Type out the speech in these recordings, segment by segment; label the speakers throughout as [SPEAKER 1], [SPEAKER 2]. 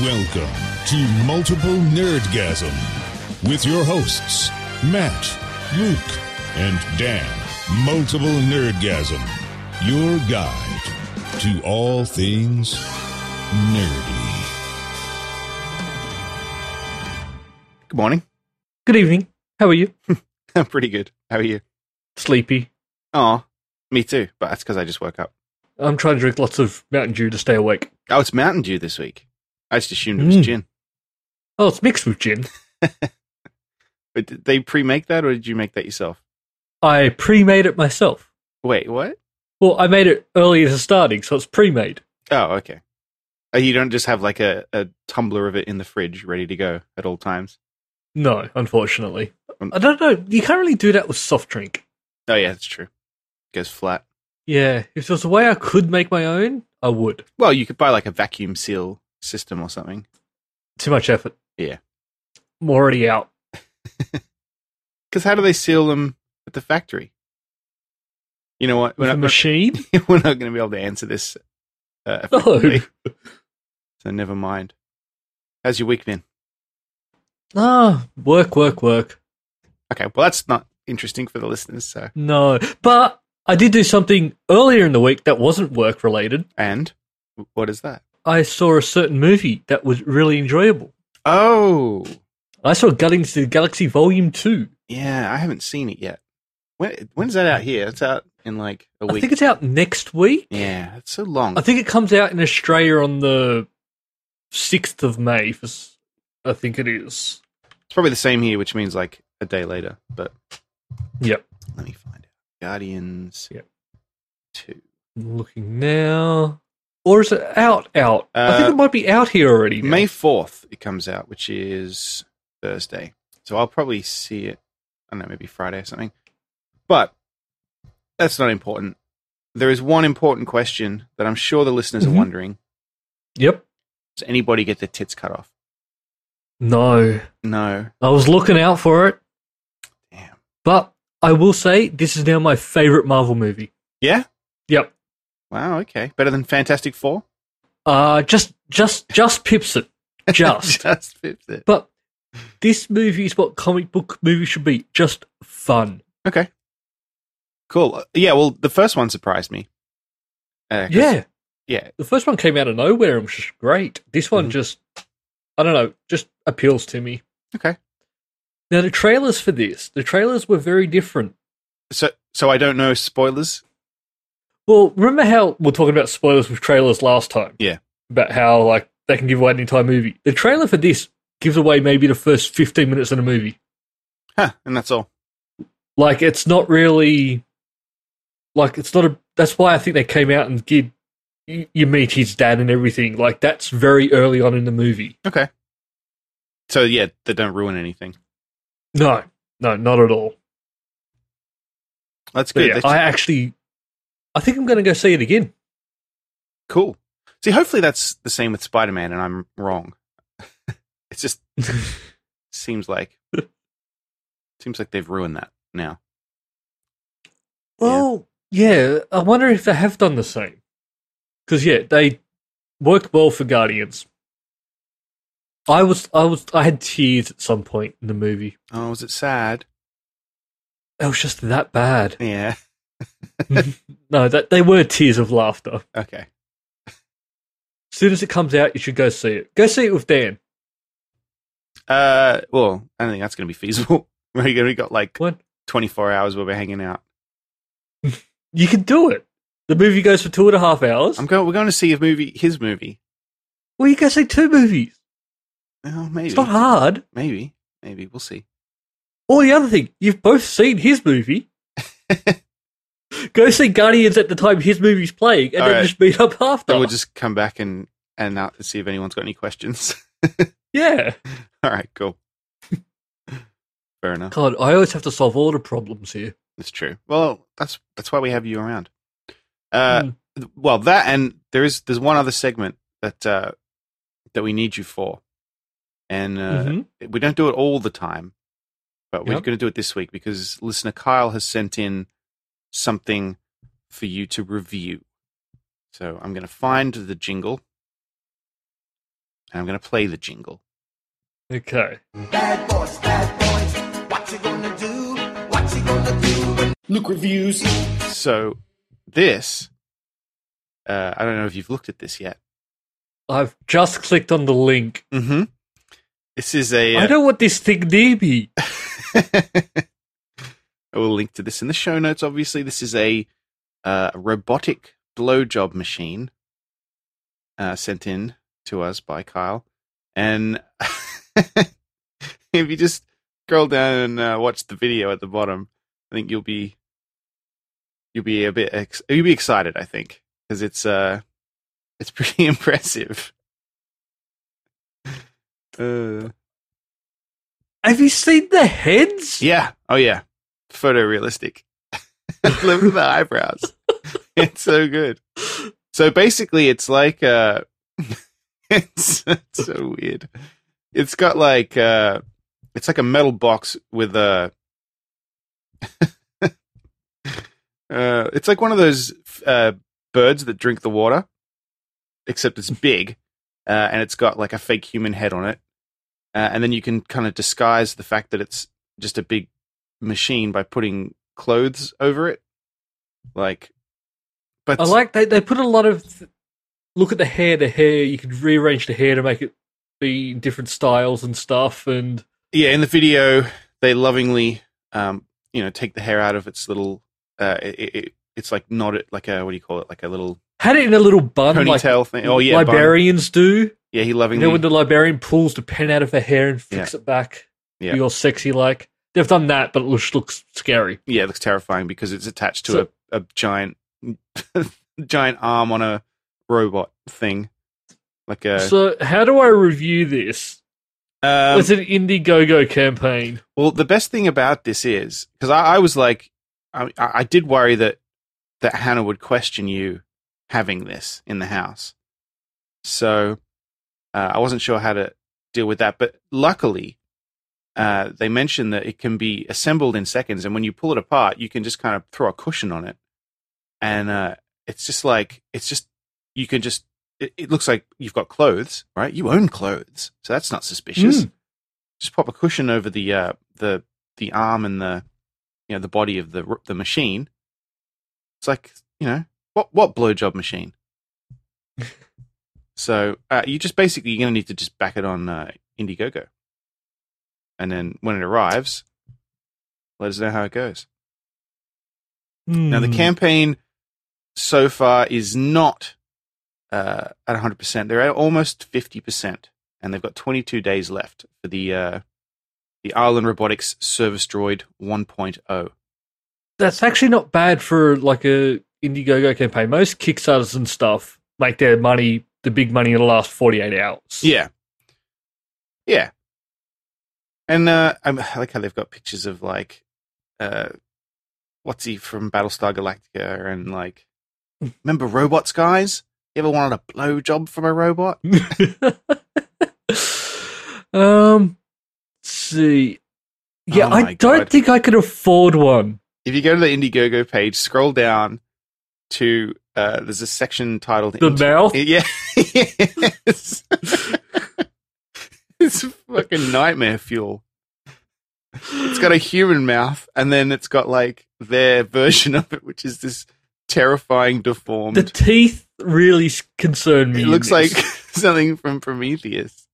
[SPEAKER 1] Welcome to Multiple Nerdgasm with your hosts, Matt, Luke, and Dan. Multiple Nerdgasm, your guide to all things nerdy.
[SPEAKER 2] Good morning.
[SPEAKER 3] Good evening. How are you?
[SPEAKER 2] I'm pretty good. How are you?
[SPEAKER 3] Sleepy.
[SPEAKER 2] Oh, me too. But that's because I just woke up.
[SPEAKER 3] I'm trying to drink lots of Mountain Dew to stay awake.
[SPEAKER 2] Oh, it's Mountain Dew this week. I just assumed it was
[SPEAKER 3] Mm.
[SPEAKER 2] gin.
[SPEAKER 3] Oh, it's mixed with gin.
[SPEAKER 2] But did they pre-make that, or did you make that yourself?
[SPEAKER 3] I pre-made it myself.
[SPEAKER 2] Wait, what?
[SPEAKER 3] Well, I made it earlier to starting, so it's pre-made.
[SPEAKER 2] Oh, okay. Oh, you don't just have like a, a tumbler of it in the fridge ready to go at all times.
[SPEAKER 3] No, unfortunately.
[SPEAKER 2] Um,
[SPEAKER 3] I don't know. You can't really do that with soft drink.
[SPEAKER 2] Oh yeah, that's true. goes flat.
[SPEAKER 3] Yeah, if there was a way I could make my own, I would.
[SPEAKER 2] Well, you could buy like a vacuum seal system or something.
[SPEAKER 3] Too much effort.
[SPEAKER 2] Yeah.
[SPEAKER 3] I'm already out.
[SPEAKER 2] Because how do they seal them at the factory? You know what?
[SPEAKER 3] With
[SPEAKER 2] We're
[SPEAKER 3] a
[SPEAKER 2] not,
[SPEAKER 3] machine?
[SPEAKER 2] we're not going to be able to answer this. Uh,
[SPEAKER 3] no.
[SPEAKER 2] effectively. So never mind. How's your week been?
[SPEAKER 3] Ah, work, work, work.
[SPEAKER 2] Okay, well that's not interesting for the listeners. So
[SPEAKER 3] No. But I did do something earlier in the week that wasn't work related.
[SPEAKER 2] and what is that?
[SPEAKER 3] I saw a certain movie that was really enjoyable.
[SPEAKER 2] Oh,
[SPEAKER 3] I saw Guardians of the Galaxy Volume 2.
[SPEAKER 2] yeah, I haven't seen it yet. When when's that out here? It's out in like a
[SPEAKER 3] I
[SPEAKER 2] week. Mm.
[SPEAKER 3] think it's out next week.
[SPEAKER 2] yeah, it's so long.
[SPEAKER 3] I think it comes out in Australia on the 6th of May. For, s- I think it is.
[SPEAKER 2] it's probably the same here, which means like a day later. But
[SPEAKER 3] Yep.
[SPEAKER 2] let me find it. Guardians.
[SPEAKER 3] Yep.
[SPEAKER 2] Two.
[SPEAKER 3] I'm looking now. Or is it out, out? I think
[SPEAKER 2] Uh,
[SPEAKER 3] it might be out here already. now.
[SPEAKER 2] May fourth it comes out, which is Thursday. So I'll probably see it. I don't know, maybe Friday or something. But that's not important. There is one important question that I'm sure the listeners
[SPEAKER 3] Mhm.
[SPEAKER 2] are wondering:
[SPEAKER 3] Yep.
[SPEAKER 2] Does anybody get their tits cut off?
[SPEAKER 3] No.
[SPEAKER 2] No.
[SPEAKER 3] I was looking out for it.
[SPEAKER 2] Damn.
[SPEAKER 3] But I will say, this is now my favorite Marvel movie.
[SPEAKER 2] Yeah.
[SPEAKER 3] Yep.
[SPEAKER 2] Wow. Okay. Better than Fantastic Four.
[SPEAKER 3] Uh, just, just, just pips it. Just.
[SPEAKER 2] Just fits it.
[SPEAKER 3] But this movie is what comic book movies should be just fun.
[SPEAKER 2] Okay. Cool. Uh, Yeah. Well, the first one surprised me. Uh, 'cause-
[SPEAKER 3] Yeah.
[SPEAKER 2] Yeah.
[SPEAKER 3] The first one came out of nowhere and was just great. This one
[SPEAKER 2] Mhm.
[SPEAKER 3] just, I don't know, just appeals to me.
[SPEAKER 2] Okay.
[SPEAKER 3] Now, the trailers for this, the trailers were very different.
[SPEAKER 2] So, so I don't know spoilers.
[SPEAKER 3] Well, remember how we are talking about spoilers with trailers last time?
[SPEAKER 2] Yeah.
[SPEAKER 3] About how, like, they can give away an entire movie. The trailer for this gives away maybe the first 15 minutes of the movie.
[SPEAKER 2] Huh. And that's all.
[SPEAKER 3] like it's not really like it's not a that's why i think they came out and did you you meet his dad and everything like that's very early on in the movie
[SPEAKER 2] Okay. So yeah, they don't ruin anything.
[SPEAKER 3] no no not at all
[SPEAKER 2] That's
[SPEAKER 3] But
[SPEAKER 2] good.
[SPEAKER 3] yeah,
[SPEAKER 2] That's
[SPEAKER 3] i actually i think i'm going to go see it again
[SPEAKER 2] cool. See, hopefully that's the same with Spider Man, and I'm wrong. it just seems like seems like they've ruined that now.
[SPEAKER 3] well yeah. i wonder if they have done the same because yeah they worked well for guardians i was i was i had tears at some point in the movie
[SPEAKER 2] Oh, was it sad?
[SPEAKER 3] it was just that bad
[SPEAKER 2] Yeah.
[SPEAKER 3] no that they were tears of laughter
[SPEAKER 2] Okay.
[SPEAKER 3] As soon as it comes out, you should go see it. Go see it with Dan.
[SPEAKER 2] Uh, well, I don't think that's going to be feasible. We only got like
[SPEAKER 3] What?
[SPEAKER 2] 24 hours where we're hanging out.
[SPEAKER 3] You can do it. The movie goes for two and a half hours.
[SPEAKER 2] I'm going. We're going to see a movie. His movie.
[SPEAKER 3] well, you go see two movies.
[SPEAKER 2] Oh, maybe.
[SPEAKER 3] It's not hard.
[SPEAKER 2] Maybe. Maybe we'll see.
[SPEAKER 3] Or the other thing, you've both seen his movie. go see Guardians at the time his movie's playing, and
[SPEAKER 2] All
[SPEAKER 3] then
[SPEAKER 2] right.
[SPEAKER 3] just meet up after.
[SPEAKER 2] Then we'll just come back and and out to see if anyone's got any questions.
[SPEAKER 3] yeah.
[SPEAKER 2] All right, cool. Fair enough.
[SPEAKER 3] God, I always have to solve all the problems here.
[SPEAKER 2] That's true. Well, that's that's why we have you around. Uh, th- Well, that and there is there's one other segment that uh, that we need you for, and uh,
[SPEAKER 3] Mhm.
[SPEAKER 2] we don't do it all the time, but we're
[SPEAKER 3] Yep.
[SPEAKER 2] going to do it this week because listener Kyle has sent in something for you to review. So I'm going to find the jingle. and I'm going to play the jingle.
[SPEAKER 3] Okay.
[SPEAKER 4] Bad boys, bad boys. What you gonna do? What you gonna do when Luke reviews?
[SPEAKER 2] So this, uh, I don't know if you've looked at this yet.
[SPEAKER 3] I've just clicked on the link.
[SPEAKER 2] Mm-hmm. This is a.
[SPEAKER 3] I
[SPEAKER 2] uh,
[SPEAKER 3] know what this thing near me.
[SPEAKER 2] I will link to this in the show notes. Obviously, this is a uh, robotic blowjob machine uh, sent in to us by Kyle, and if you just scroll down and uh, watch the video at the bottom, I think you'll be you'll be a bit ex- you'll be excited. I think because it's uh it's pretty impressive. Uh,
[SPEAKER 3] Have you seen the heads?
[SPEAKER 2] yeah. Oh yeah. Photorealistic. Look at the eyebrows. It's so good. So basically it's like uh it's, it's so weird. It's got like uh it's like a metal box with a uh it's like one of those uh birds that drink the water except it's big uh and it's got like a fake human head on it. Uh, and then you can kind of disguise the fact that it's just a big machine by putting clothes over it. Like, but
[SPEAKER 3] I like they they put a lot of th- look at the hair. The hair you could rearrange the hair to make it be different styles and stuff. And
[SPEAKER 2] yeah, in the video, they lovingly, um, you know, take the hair out of its little, uh, it, it, it- it's like not it like a what do you call it like a little
[SPEAKER 3] had it in a little bun
[SPEAKER 2] ponytail
[SPEAKER 3] like
[SPEAKER 2] thing. Oh yeah, bun.
[SPEAKER 3] librarians do.
[SPEAKER 2] Yeah, he
[SPEAKER 3] You
[SPEAKER 2] lovingly.
[SPEAKER 3] know when the librarian pulls the pen out of her hair and flicks it back.
[SPEAKER 2] Yeah.
[SPEAKER 3] You're sexy like they've done that, but it looks, looks scary.
[SPEAKER 2] yeah, it looks terrifying because it's attached to
[SPEAKER 3] So-
[SPEAKER 2] a, a giant, giant arm on a robot thing, like a.
[SPEAKER 3] So how do I review this?
[SPEAKER 2] um,
[SPEAKER 3] it's an Indiegogo campaign.
[SPEAKER 2] Well, the best thing about this is because I, I was like, I, I I did worry that that Hannah would question you having this in the house, so uh, I wasn't sure how to deal with that. But luckily, uh, they mentioned that it can be assembled in seconds, and when you pull it apart, you can just kind of throw a cushion on it, and uh, it's just like it's just you can just. It, it looks like you've got clothes, right? You own clothes, so that's not suspicious
[SPEAKER 3] Mm.
[SPEAKER 2] just pop a cushion over the uh, the the arm and the you know the body of the r- the machine. It's like you know what what blowjob machine. so uh, you just basically you're gonna need to just back it on uh, Indiegogo, and then when it arrives, let us know how it goes. Now the
[SPEAKER 3] Hmm.
[SPEAKER 2] campaign so far is not uh, at 100. percent They're at almost 50 percent, and they've got 22 days left for the uh, the Arlen Robotics Service Droid oh. 1.0.
[SPEAKER 3] that's actually not bad for like a Indiegogo campaign. Most Kickstarters and stuff make their money, the big money, in the last forty eight hours.
[SPEAKER 2] Yeah, yeah, and uh, I'm- I like how they've got pictures of like uh, what's he from Battlestar Galactica and like remember robots guys. You ever wanted a blowjob from a robot?
[SPEAKER 3] um, let's see, yeah,
[SPEAKER 2] Oh my
[SPEAKER 3] I don't
[SPEAKER 2] God.
[SPEAKER 3] think I could afford one.
[SPEAKER 2] if you go to the Indiegogo page, scroll down to uh, there's a section titled
[SPEAKER 3] The
[SPEAKER 2] Inter-
[SPEAKER 3] mouth.
[SPEAKER 2] Yeah, yes. it's a fucking nightmare fuel. It's got a human mouth, and then it's got like their version of it, which is this terrifying deformed.
[SPEAKER 3] the teeth really s- concern me.
[SPEAKER 2] it
[SPEAKER 3] in
[SPEAKER 2] looks like
[SPEAKER 3] this.
[SPEAKER 2] something from Prometheus.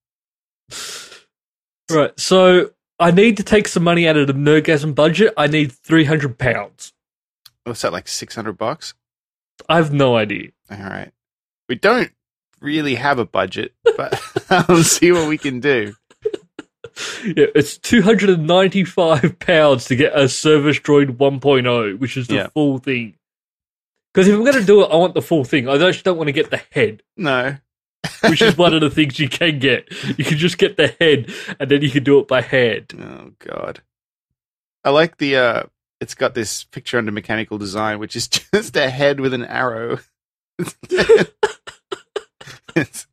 [SPEAKER 3] right. So I need to take some money out of the Nerdgasm budget. I need three hundred pounds.
[SPEAKER 2] What's that like? Six hundred bucks.
[SPEAKER 3] I have no idea.
[SPEAKER 2] All right. We don't really have a budget, but I'll see what we can do.
[SPEAKER 3] Yeah, it's two hundred and ninety-five pounds to get a Service Droid 1.0, which is the
[SPEAKER 2] Yeah.
[SPEAKER 3] full thing. Because if I'm going to do it, I want the full thing. I actually don't want to get the head,
[SPEAKER 2] No,
[SPEAKER 3] which is one of the things you can get. You can just get the head, and then you can do it by hand.
[SPEAKER 2] Oh god. I like the uh it's got this picture under mechanical design which is just a head with an arrow. it's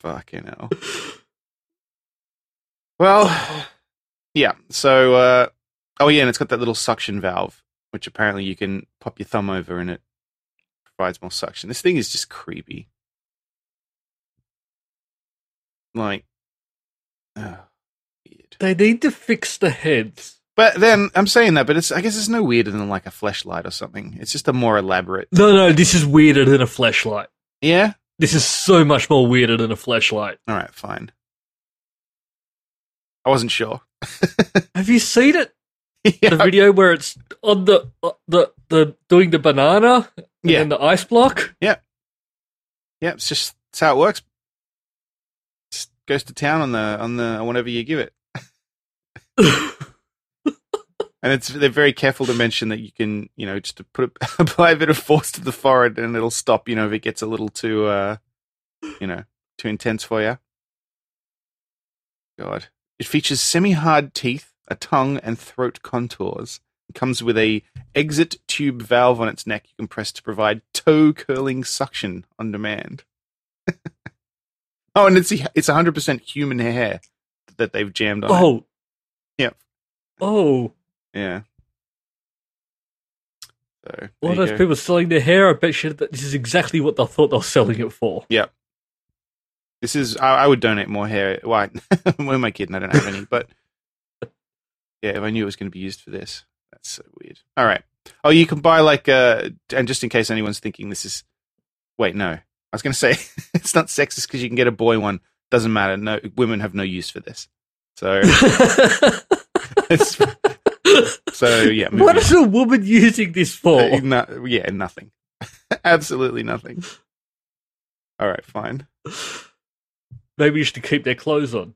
[SPEAKER 2] fucking hell. Well yeah, so uh oh yeah, and it's got that little suction valve, which apparently you can pop your thumb over and it provides more suction. This thing is just creepy. Like, oh, weird.
[SPEAKER 3] They need to fix the heads.
[SPEAKER 2] But then I'm saying that, but it's I guess it's no weirder than like a flashlight or something. It's just a more elaborate.
[SPEAKER 3] No, no, this is weirder than a flashlight.
[SPEAKER 2] Yeah.
[SPEAKER 3] This is so much more weirder than a flashlight.
[SPEAKER 2] All right. Fine. I wasn't sure.
[SPEAKER 3] Have you seen it? The
[SPEAKER 2] yeah.
[SPEAKER 3] video where it's on the uh, the the doing the banana and
[SPEAKER 2] Yeah.
[SPEAKER 3] then the ice block.
[SPEAKER 2] yeah. It's just it's how it works. Just goes to town on the on the on whatever you give it, and it's they're very careful to mention that you can you know just to put a, apply a bit of force to the forehead and it'll stop. You know if it gets a little too uh, you know too intense for you. God, it features semi-hard teeth, a tongue, and throat contours. It comes with a exit tube valve on its neck you can press to provide toe curling suction on demand. oh, and it's it's 100% human hair that they've jammed on. it.
[SPEAKER 3] oh.
[SPEAKER 2] Yep.
[SPEAKER 3] Oh.
[SPEAKER 2] Yeah. So there
[SPEAKER 3] All
[SPEAKER 2] you
[SPEAKER 3] those
[SPEAKER 2] go.
[SPEAKER 3] people selling their hair, I bet you that this is exactly what they thought they were selling it for.
[SPEAKER 2] This is I, I would donate more hair. Why? Where am I kidding? I don't have any. But yeah, if I knew it was going to be used for this, that's so weird. All right. Oh, you can buy like uh, and just in case anyone's thinking this is. Wait, no. I was going to say it's not sexist because you can get a boy one. Doesn't matter. No, women have no use for this. So, it's, so yeah. moving
[SPEAKER 3] what is a woman using this for?
[SPEAKER 2] Uh, no- yeah, nothing. Absolutely nothing. All right, fine.
[SPEAKER 3] Maybe you should keep their clothes on.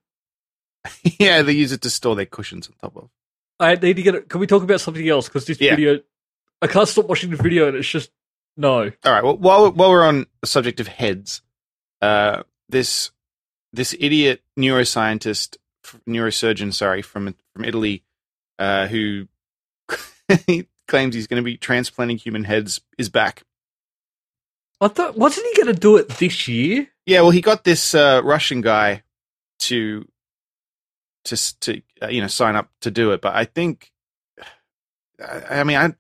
[SPEAKER 2] yeah, they use it to store their cushions on top of.
[SPEAKER 3] I need to get. A, can we talk about something else? Because this
[SPEAKER 2] Yeah.
[SPEAKER 3] video, I can't stop watching the video, and it's just no.
[SPEAKER 2] All right. Well, while while we're on the subject of heads, uh, this this idiot neuroscientist, f- neurosurgeon, sorry, from from Italy, uh, who claims he's going to be transplanting human heads, is back.
[SPEAKER 3] I thought, wasn't he going to do it this year?
[SPEAKER 2] Yeah, well, he got this uh, Russian guy to to s- to uh, you know sign up to do it, but I think I, I mean I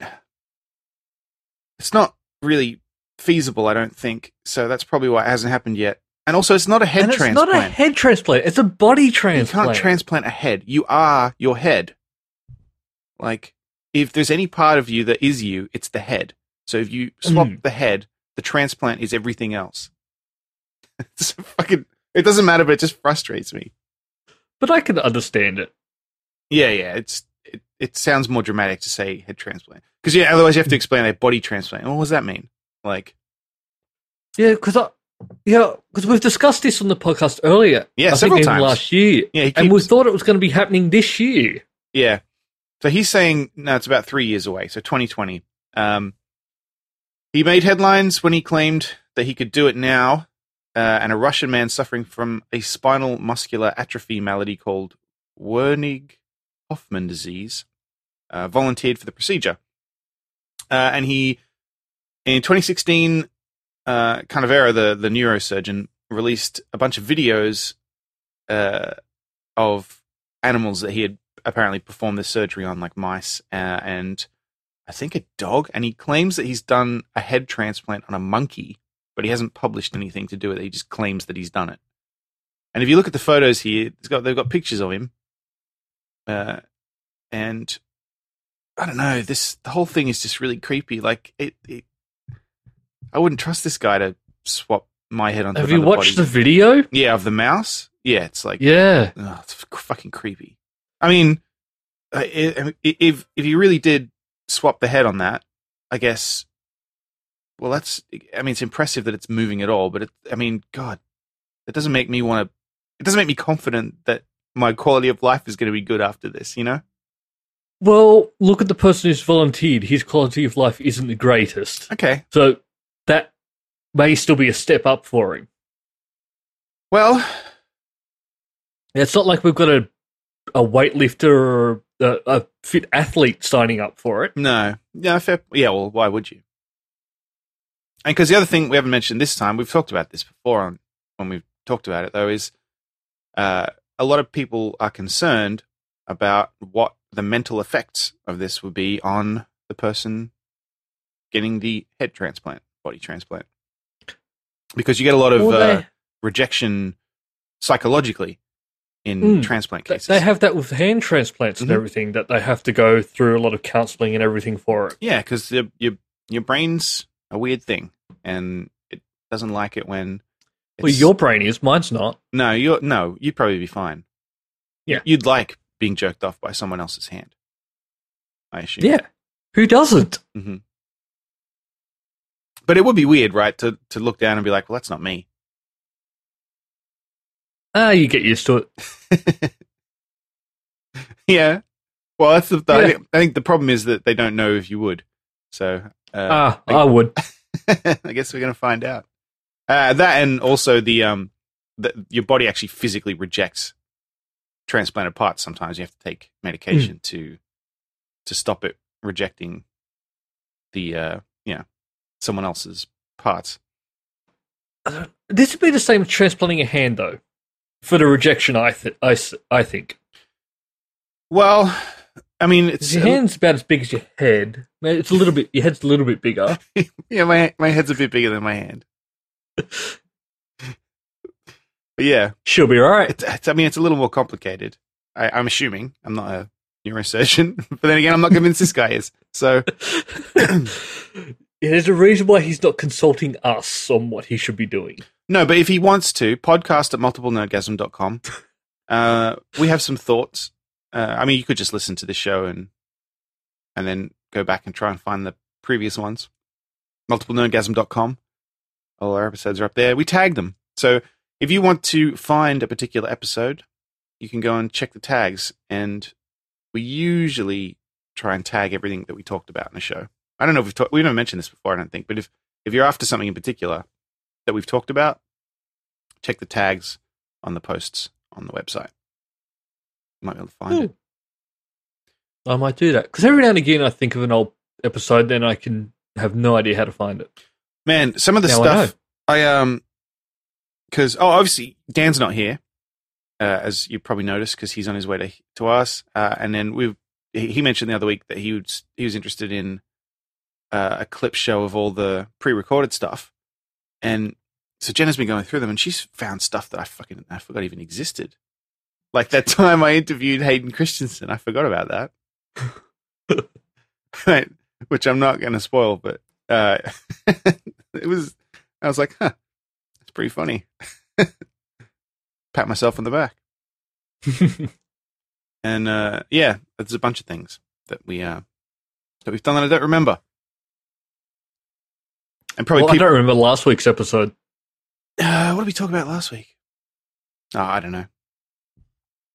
[SPEAKER 2] it's not really feasible. I don't think so. That's probably why it hasn't happened yet. And also, it's not a head
[SPEAKER 3] and it's
[SPEAKER 2] transplant.
[SPEAKER 3] not a head transplant; it's a body
[SPEAKER 2] you
[SPEAKER 3] transplant.
[SPEAKER 2] can't transplant a head. You are your head. Like if there's any part of you that is you, it's the head. So if you swap
[SPEAKER 3] Mm.
[SPEAKER 2] the head, the transplant is everything else. it's fucking. It doesn't matter, but it just frustrates me.
[SPEAKER 3] but I can understand it.
[SPEAKER 2] Yeah, yeah. It's it, it sounds more dramatic to say head transplant because yeah, otherwise you have to
[SPEAKER 3] Mm.
[SPEAKER 2] explain a body transplant. Well, what does that mean? Like
[SPEAKER 3] Yeah, because I, yeah, because we've discussed this on the podcast earlier.
[SPEAKER 2] Yeah,
[SPEAKER 3] I think
[SPEAKER 2] several
[SPEAKER 3] even
[SPEAKER 2] times.
[SPEAKER 3] last year,
[SPEAKER 2] yeah, he
[SPEAKER 3] and we
[SPEAKER 2] keeps-
[SPEAKER 3] thought it was going to be happening this year.
[SPEAKER 2] Yeah. So he's saying no, it's about three years away. So 2020. Um, he made headlines when he claimed that he could do it now, uh, and a Russian man suffering from a spinal muscular atrophy malady called Wernig Hoffman disease uh, volunteered for the procedure. Uh, and he, in 2016, uh, Canavera, the, the neurosurgeon, released a bunch of videos uh, of animals that he had apparently performed this surgery on, like mice uh, and I think a dog. And he claims that he's done a head transplant on a monkey, but he hasn't published anything to do with it. He just claims that he's done it. And if you look at the photos here, it's got, they've got pictures of him. Uh, and I don't know, this the whole thing is just really creepy. Like it, it I wouldn't trust this guy to swap my head onto
[SPEAKER 3] Have you
[SPEAKER 2] another
[SPEAKER 3] watched the
[SPEAKER 2] body.
[SPEAKER 3] video?
[SPEAKER 2] yeah of the mouse? Yeah, it's like
[SPEAKER 3] Yeah,
[SPEAKER 2] Ugh, it's f- fucking creepy. I mean, I- I- I- if if you really did swap the head on that, I guess. Well, that's. I mean, it's impressive that it's moving at all, but it, I mean, God, it doesn't make me want to. It doesn't make me confident that my quality of life is going to be good after this. You know?
[SPEAKER 3] Well, look at the person who's volunteered. His quality of life isn't the greatest.
[SPEAKER 2] Okay.
[SPEAKER 3] So that may still be a step up for him.
[SPEAKER 2] Well,
[SPEAKER 3] It's not like we've got a, a weightlifter or a, a fit athlete signing up for it.
[SPEAKER 2] no, no, fair. Yeah. Well, why would you? And because the other thing we haven't mentioned this time, we've talked about this before on when we've talked about it though, is uh, a lot of people are concerned about what the mental effects of this would be on the person getting the head transplant, body transplant, because you get a lot of
[SPEAKER 3] Well,
[SPEAKER 2] uh,
[SPEAKER 3] they-
[SPEAKER 2] rejection psychologically in
[SPEAKER 3] Mm.
[SPEAKER 2] transplant
[SPEAKER 3] They-
[SPEAKER 2] cases.
[SPEAKER 3] They have that with hand transplants and
[SPEAKER 2] Mhm.
[SPEAKER 3] everything that they have to go through a lot of counselling and everything for it.
[SPEAKER 2] yeah, because your, your your brain's a weird thing, and it doesn't like it when.
[SPEAKER 3] Well, your brain is, mine's not.
[SPEAKER 2] no, you're no, you'd probably be fine.
[SPEAKER 3] Yeah.
[SPEAKER 2] you'd like being jerked off by someone else's hand. I assume.
[SPEAKER 3] Yeah. Who doesn't?
[SPEAKER 2] but it would be weird, right? To to look down and be like, well, that's not me.
[SPEAKER 3] Ah, you get used to it.
[SPEAKER 2] Yeah. Well, that's the. I,
[SPEAKER 3] Yeah.
[SPEAKER 2] think, I think the problem is that they don't know if you would. So uh,
[SPEAKER 3] Ah,
[SPEAKER 2] I-
[SPEAKER 3] I would.
[SPEAKER 2] I guess we're going to find out. Uh, that and also the um, the, your body actually physically rejects transplanted parts. Sometimes you have to take medication to to stop it rejecting the uh, yeah someone else's parts.
[SPEAKER 3] This would be the same as transplanting a hand, though, for the rejection, I, th- I, s- I think.
[SPEAKER 2] Well, I mean, it's um,
[SPEAKER 3] 'Cause your hand's about as big as your head. Man, It's a little bit, your head's a little bit bigger.
[SPEAKER 2] yeah. My my head's a bit bigger than my hand. but yeah,
[SPEAKER 3] She'll be all right.
[SPEAKER 2] It's, it's, I mean, it's a little more complicated. I, I'm assuming. I'm not a neurosurgeon, but then again, I'm not convinced this guy is. So,
[SPEAKER 3] There's a reason why he's not consulting us on what he should be doing.
[SPEAKER 2] no, but if he wants to, podcast at multiplenerdgasm.com. Uh, we have some thoughts. Uh, I mean, you could just listen to this show and and then go back and try and find the previous ones. Multiplenerdgasm.com. All our episodes are up there. We tag them. So if you want to find a particular episode, you can go and check the tags. And we usually try and tag everything that we talked about in the show. I don't know if we've talked, we haven't mentioned this before, I don't think, but if, if you're after something in particular that we've talked about, check the tags on the posts on the website. You might be able to find it.
[SPEAKER 3] I might do that. Because every now and again I think of an old episode, then I can have no idea how to find it.
[SPEAKER 2] Man, some of the
[SPEAKER 3] Now I
[SPEAKER 2] stuff I, um, because oh, obviously Dan's not here, uh, as you probably noticed, because he's on his way to to us. Uh, and then we, he he mentioned the other week that he was he was interested in uh, a clip show of all the pre-recorded stuff, and so Jenna's been going through them, and she's found stuff that I fucking I forgot even existed. Like that time I interviewed Hayden Christensen, I forgot about that. right, which I'm not going to spoil, but uh, it was. I was like, huh, that's pretty funny. Pat myself on the back, and uh, yeah, there's a bunch of things that we uh, that we've done that I don't remember, and probably
[SPEAKER 3] well, I
[SPEAKER 2] people.
[SPEAKER 3] don't remember last week's episode.
[SPEAKER 2] Uh, what did we talk about last week? Oh, I don't know.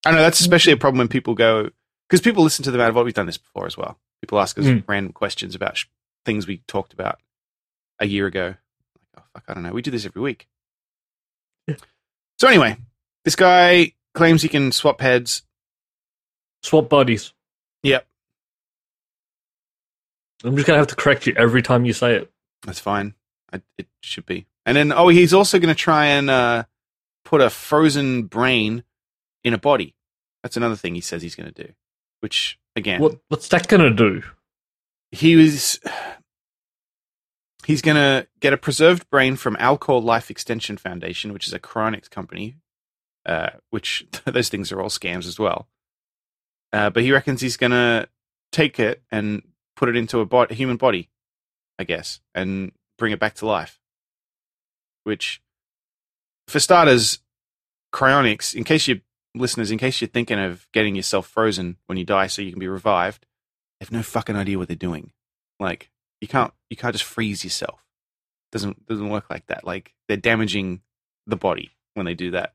[SPEAKER 2] I know that's especially a problem when people go because people listen to them out of what we've done this before as well. People ask us
[SPEAKER 3] Mm.
[SPEAKER 2] random questions about sh- things we talked about a year ago. Like, oh fuck, I don't know. We do this every week. So anyway, this guy claims he can swap heads.
[SPEAKER 3] Swap bodies.
[SPEAKER 2] Yep,
[SPEAKER 3] I'm just going to have to correct you every time you say it.
[SPEAKER 2] that's fine. I, it should be. And then oh, he's also going to try and uh, put a frozen brain in a body. That's another thing he says he's going to do. Which again,
[SPEAKER 3] What, what's that going to do?
[SPEAKER 2] he was he's going to get a preserved brain from alcor life extension foundation which is a chronics company uh, which those things are all scams as well uh, but he reckons he's going to take it and put it into a, bo- a human body i guess and bring it back to life which for starters cryonics in case you listeners in case you're thinking of getting yourself frozen when you die so you can be revived they have no fucking idea what they're doing. Like you can't you can't just freeze yourself. Doesn't doesn't work like that. Like they're damaging the body when they do that.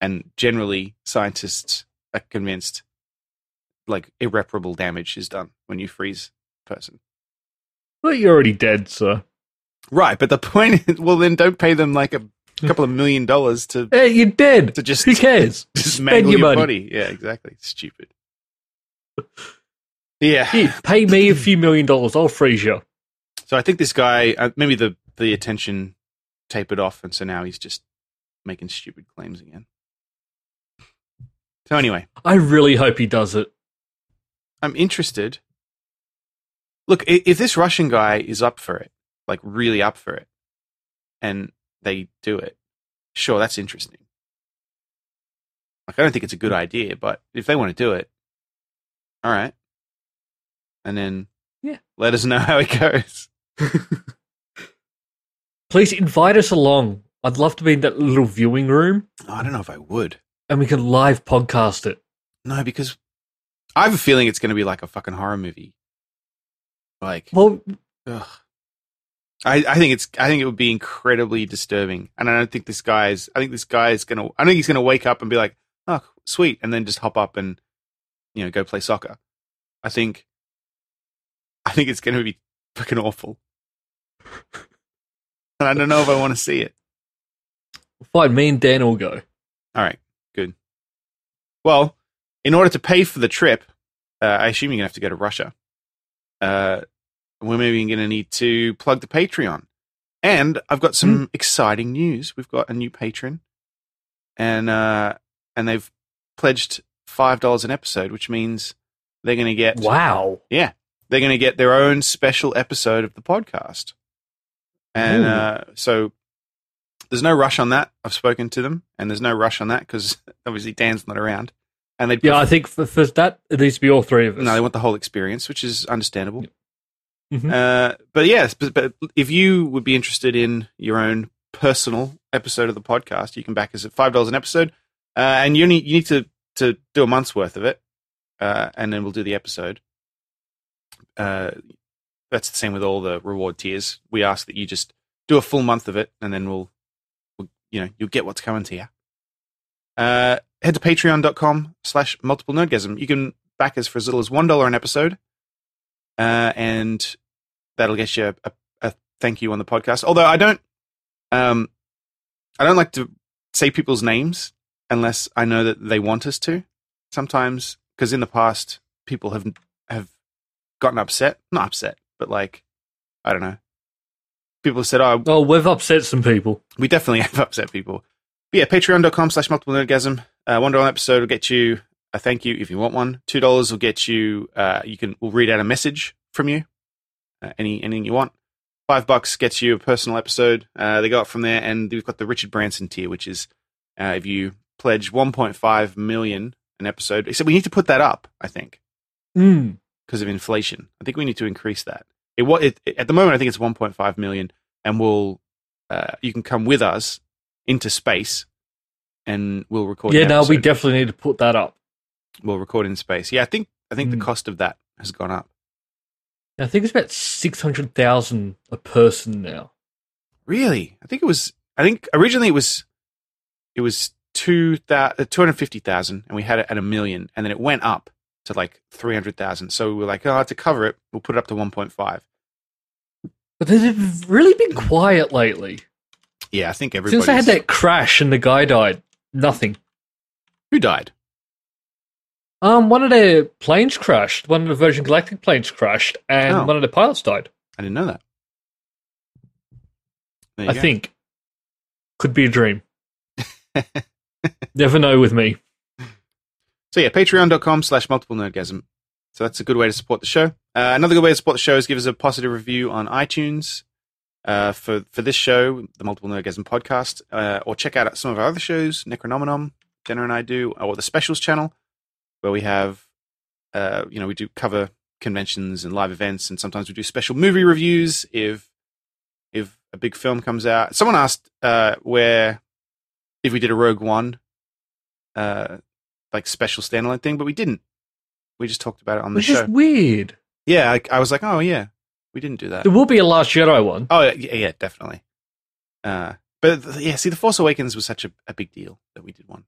[SPEAKER 2] And generally scientists are convinced like irreparable damage is done when you freeze a person.
[SPEAKER 3] Well, you're already dead, sir.
[SPEAKER 2] Right, but the point is well then don't pay them like a couple of million dollars to
[SPEAKER 3] Hey, you're dead.
[SPEAKER 2] to just
[SPEAKER 3] Who cares?
[SPEAKER 2] just
[SPEAKER 3] Spend
[SPEAKER 2] mangle
[SPEAKER 3] your
[SPEAKER 2] your,
[SPEAKER 3] money.
[SPEAKER 2] body. Yeah, exactly. Stupid. Yeah.
[SPEAKER 3] Here, pay me a few million dollars. I'll freeze you.
[SPEAKER 2] So I think this guy, uh, maybe the the attention tapered off, and so now he's just making stupid claims again. So anyway,
[SPEAKER 3] I really hope he does it.
[SPEAKER 2] I'm interested. Look, i- if this Russian guy is up for it, like really up for it, and they do it, sure, that's interesting. Like, I don't think it's a good idea, but if they want to do it, all right. And then
[SPEAKER 3] Yeah.
[SPEAKER 2] let us know how it goes.
[SPEAKER 3] Please invite us along. I'd love to be in that little viewing room
[SPEAKER 2] I don't know if I would.
[SPEAKER 3] and we can live podcast it.
[SPEAKER 2] No, because I have a feeling it's going to be like a fucking horror movie. Like,
[SPEAKER 3] Well,
[SPEAKER 2] Ugh. I, I think it's I think it would be incredibly disturbing, and I don't think this guy's I think this guy is gonna I think he's gonna wake up and be like, oh sweet, and then just hop up and you know go play soccer. I think I think it's gonna be fucking awful, and I don't know if I want to see it.
[SPEAKER 3] fine, me and Dan will go.
[SPEAKER 2] All right, good. Well, in order to pay for the trip, uh, I assume you're gonna have to go to Russia. Uh, we're maybe gonna need to plug the Patreon, and I've got some exciting news. We've got a new patron, and uh, and they've pledged five dollars an episode, which means they're gonna get
[SPEAKER 3] Wow.
[SPEAKER 2] they're going to get their own special episode of the podcast. And
[SPEAKER 3] Ooh.
[SPEAKER 2] uh, so there's no rush on that. I've spoken to them, and there's no rush on that because obviously Dan's not around. And they
[SPEAKER 3] Yeah, I think for, for that, it needs to be all three of us.
[SPEAKER 2] no, they want the whole experience, which is understandable.
[SPEAKER 3] Mhm.
[SPEAKER 2] Uh, but yes, but, but if you would be interested in your own personal episode of the podcast, you can back us at five dollars an episode, uh, and you need you need to to do a month's worth of it, uh, and then we'll do the episode. Uh, that's the same with all the reward tiers. We ask that you just do a full month of it, and then we'll, we'll you know, you'll get what's coming to you. Uh, head to patreon.com slash multiple nerdgasm. You can back us for as little as $1 an episode. Uh, and that'll get you a, a, a thank you on the podcast. Although I don't, um, I don't like to say people's names unless I know that they want us to. Sometimes, because in the past, people have have gotten upset, not upset, but like, I don't know. People have said, "Oh,
[SPEAKER 3] Oh, we've upset some people.
[SPEAKER 2] we definitely have upset people. But yeah, patreon.com slash multiple nerdgasm. Uh, one dollar an episode will get you a thank you if you want one. Two dollars will get you uh, you can we'll read out a message from you. Uh, any anything you want. Five bucks gets you a personal episode. Uh, they go up from there, and we've got the Richard Branson tier, which is uh, if you pledge 1.5 million an episode. Except we need to put that up, I think,
[SPEAKER 3] Mm.
[SPEAKER 2] because of inflation. I think we need to increase that. It, wa- it, it at the moment, I think it's 1.5 million, and we'll uh, you can come with us into space, and we'll record.
[SPEAKER 3] Yeah,
[SPEAKER 2] an
[SPEAKER 3] no, we
[SPEAKER 2] episode.
[SPEAKER 3] definitely need to put that up.
[SPEAKER 2] we'll record in space. Yeah, I think I think
[SPEAKER 3] Mm.
[SPEAKER 2] the cost of that has gone up.
[SPEAKER 3] I think it's about 600,000 a person now.
[SPEAKER 2] Really, I think it was. I think originally it was it was two hundred fifty thousand, and we had it at a million, and then it went up to like three hundred thousand. So we were like, oh, to cover it, we'll put it up to one point five.
[SPEAKER 3] But they've really been quiet lately.
[SPEAKER 2] Yeah, I think everybody
[SPEAKER 3] Since they had that crash and the guy died, nothing.
[SPEAKER 2] who died.
[SPEAKER 3] Um, one of their planes crashed. One of the Virgin Galactic planes crashed, and
[SPEAKER 2] Oh.
[SPEAKER 3] one of the pilots died.
[SPEAKER 2] I didn't know that. There you
[SPEAKER 3] I
[SPEAKER 2] go.
[SPEAKER 3] think could be a dream. Never know with me.
[SPEAKER 2] So yeah, patreon.com slash multiple nerdgasm. So that's a good way to support the show. Uh, another good way to support the show is give us a positive review on iTunes uh, for, for this show, the Multiple Nerdgasm podcast, uh, or check out some of our other shows, Necronomicon, Jenna and I do, or the Specials channel, where we have, uh, you know, we do cover conventions and live events, and sometimes we do special movie reviews if if a big film comes out. Someone asked uh, where if we did a Rogue One uh, like special standalone thing, but we didn't. We just talked about it on the
[SPEAKER 3] Which
[SPEAKER 2] show.
[SPEAKER 3] is weird.
[SPEAKER 2] Yeah, I, I was like, oh yeah, we didn't do that.
[SPEAKER 3] There will be a Last Jedi one.
[SPEAKER 2] Oh yeah, yeah, definitely. Uh, but th- yeah, see, the Force Awakens was such a, a big deal that we did one.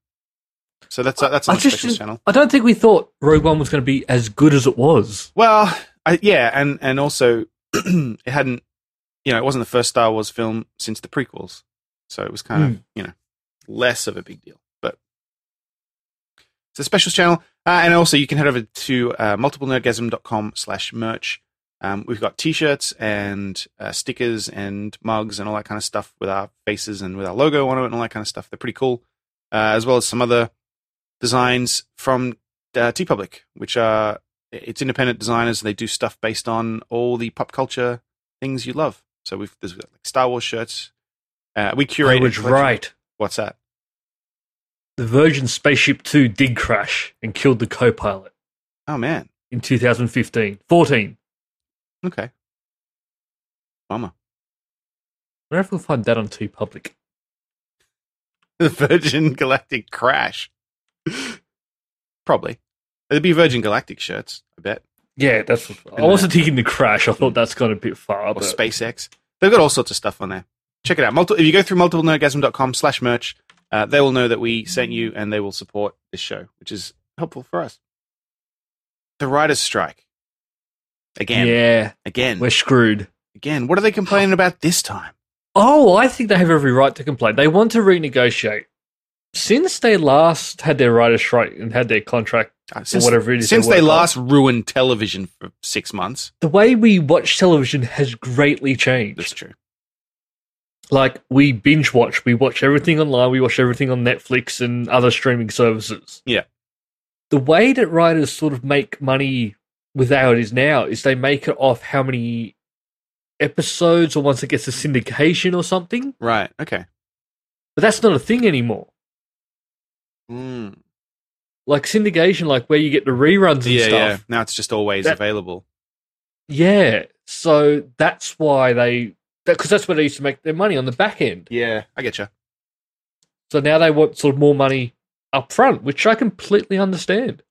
[SPEAKER 2] So that's uh, that's on
[SPEAKER 3] I
[SPEAKER 2] the
[SPEAKER 3] just
[SPEAKER 2] specials channel.
[SPEAKER 3] I don't think we thought Rogue One was going to be as good as it was.
[SPEAKER 2] Well, I, yeah, and and also it hadn't, you know, it wasn't the first Star Wars film since the prequels, so it was kind
[SPEAKER 3] Hmm.
[SPEAKER 2] of you know less of a big deal. But it's a specials channel, uh, and also you can head over to uh, multiplenerdgasm.com slash merch. Um, we've got t-shirts and uh, stickers and mugs and all that kind of stuff with our faces and with our logo on it and all that kind of stuff. They're pretty cool, uh, as well as some other designs from uh, T Public, which are it's independent designers and they do stuff based on all the pop culture things you love. So we've there's like Star Wars shirts. Uh, we curate.
[SPEAKER 3] I
[SPEAKER 2] a
[SPEAKER 3] was
[SPEAKER 2] collection-
[SPEAKER 3] right.
[SPEAKER 2] What's that?
[SPEAKER 3] the Virgin Spaceship 2 did crash and killed the co pilot
[SPEAKER 2] Oh man.
[SPEAKER 3] in 2015. 14.
[SPEAKER 2] Okay. Bummer.
[SPEAKER 3] I wonder if we'll find that on T Public.
[SPEAKER 2] The Virgin Galactic crash. Probably. There'd be Virgin Galactic shirts, I bet.
[SPEAKER 3] Yeah, that's. I
[SPEAKER 2] then-
[SPEAKER 3] wasn't thinking the crash. I thought that's gone a bit far.
[SPEAKER 2] Or
[SPEAKER 3] But
[SPEAKER 2] SpaceX. They've got all sorts of stuff on there. Check it out. Multi- if you go through multiplenergasm.com slash merch, uh, they will know that we sent you and they will support this show, which is helpful for us. The writer's strike. Again.
[SPEAKER 3] yeah,
[SPEAKER 2] Again.
[SPEAKER 3] we're screwed.
[SPEAKER 2] again. What are they complaining about this time?
[SPEAKER 3] Oh, I think they have every right to complain. They want to renegotiate. Since they last had their writer's strike and had their contract,
[SPEAKER 2] Uh, since
[SPEAKER 3] whatever it is they
[SPEAKER 2] since they,
[SPEAKER 3] work on.
[SPEAKER 2] last ruined television for six months.
[SPEAKER 3] the way we watch television has greatly
[SPEAKER 2] That's
[SPEAKER 3] changed.
[SPEAKER 2] true.
[SPEAKER 3] Like, we binge watch, we watch everything online, we watch everything on Netflix and other streaming services.
[SPEAKER 2] Yeah.
[SPEAKER 3] The way that writers sort of make money with how it is now is they make it off how many episodes or once it gets a syndication or something.
[SPEAKER 2] Right. Okay.
[SPEAKER 3] But that's not a thing anymore.
[SPEAKER 2] Mm.
[SPEAKER 3] Like syndication, like where you get the reruns and
[SPEAKER 2] Yeah,
[SPEAKER 3] stuff.
[SPEAKER 2] yeah. Now it's just always
[SPEAKER 3] That-
[SPEAKER 2] available.
[SPEAKER 3] Yeah, so that's why they because that's where they used to make their money on the back end.
[SPEAKER 2] Yeah, I get you.
[SPEAKER 3] So now they want sort of more money up front, which I completely understand.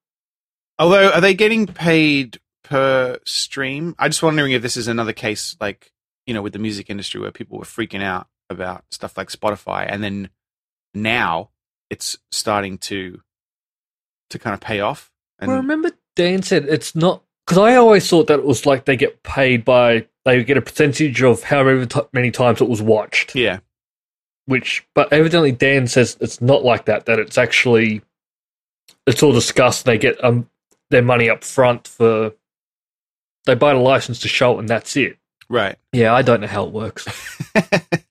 [SPEAKER 2] Although, are they getting paid per stream? I'm just wondering if this is another case, like you know, with the music industry where people were freaking out about stuff like Spotify, and then now it's starting to to kind of pay off. And
[SPEAKER 3] well, remember Dan said it's not because I always thought that it was like they get paid by they get a percentage of however t- many times it was watched.
[SPEAKER 2] yeah,
[SPEAKER 3] Which, but evidently Dan says it's not like that. That it's actually it's all discussed. They get um their money up front for they buy the license to show it, and that's it.
[SPEAKER 2] right.
[SPEAKER 3] Yeah, I don't know how it works. I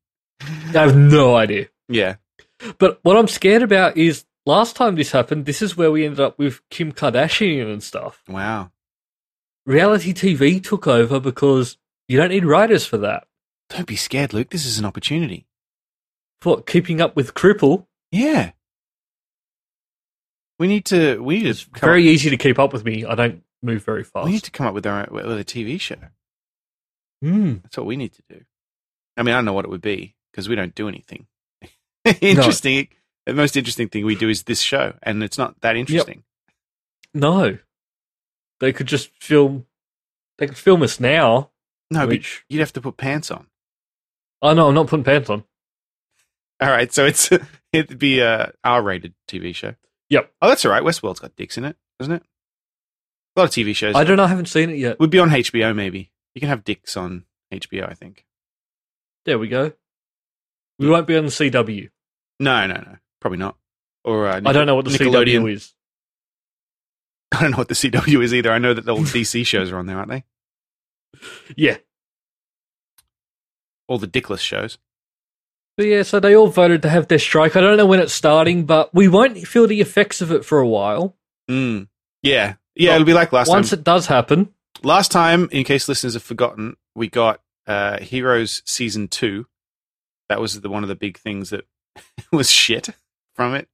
[SPEAKER 3] have no idea.
[SPEAKER 2] yeah,
[SPEAKER 3] But what I'm scared about is last time this happened, this is where we ended up with Kim Kardashian and stuff.
[SPEAKER 2] wow.
[SPEAKER 3] Reality TV took over because you don't need writers for that.
[SPEAKER 2] Don't be scared, Luke. This is an opportunity.
[SPEAKER 3] What, keeping up with Cripple?
[SPEAKER 2] Yeah, we need to. We need to. Come
[SPEAKER 3] Very
[SPEAKER 2] up,
[SPEAKER 3] easy to keep up with me. I don't move very
[SPEAKER 2] we need
[SPEAKER 3] fast.
[SPEAKER 2] to come up with our with a TV show.
[SPEAKER 3] Hmm.
[SPEAKER 2] That's what we need to do. I mean, I don't know what it would be because we don't do anything. interesting. The most interesting thing we do is this show, and it's not that interesting.
[SPEAKER 3] No. They could just film. They could film us now.
[SPEAKER 2] No,
[SPEAKER 3] Which-
[SPEAKER 2] but you'd have to put pants on.
[SPEAKER 3] Oh, no, I'm not putting pants on.
[SPEAKER 2] All right, so it's it'd be a R-rated TV show.
[SPEAKER 3] Yep.
[SPEAKER 2] Oh, that's all right. Westworld's got dicks in it, doesn't it? A lot of TV shows
[SPEAKER 3] I don't know. I haven't seen it yet.
[SPEAKER 2] would be on HBO. Maybe you can have dicks on HBO. I think.
[SPEAKER 3] There we go. We won't be on the CW.
[SPEAKER 2] No, no, no. Probably not. Or uh,
[SPEAKER 3] I don't know what the CW is.
[SPEAKER 2] I don't know what the CW is either. I know that the old DC shows are on there, aren't they?
[SPEAKER 3] Yeah.
[SPEAKER 2] All the dickless shows.
[SPEAKER 3] But yeah, so they all voted to have their strike. I don't know when it's starting, but we won't feel the effects of it for a while.
[SPEAKER 2] Mm. Yeah. Yeah, it'll be like last
[SPEAKER 3] Once
[SPEAKER 2] time.
[SPEAKER 3] it does happen,
[SPEAKER 2] last time, in case listeners have forgotten, we got uh, Heroes Season 2. That was the one of the big things that was shit from it.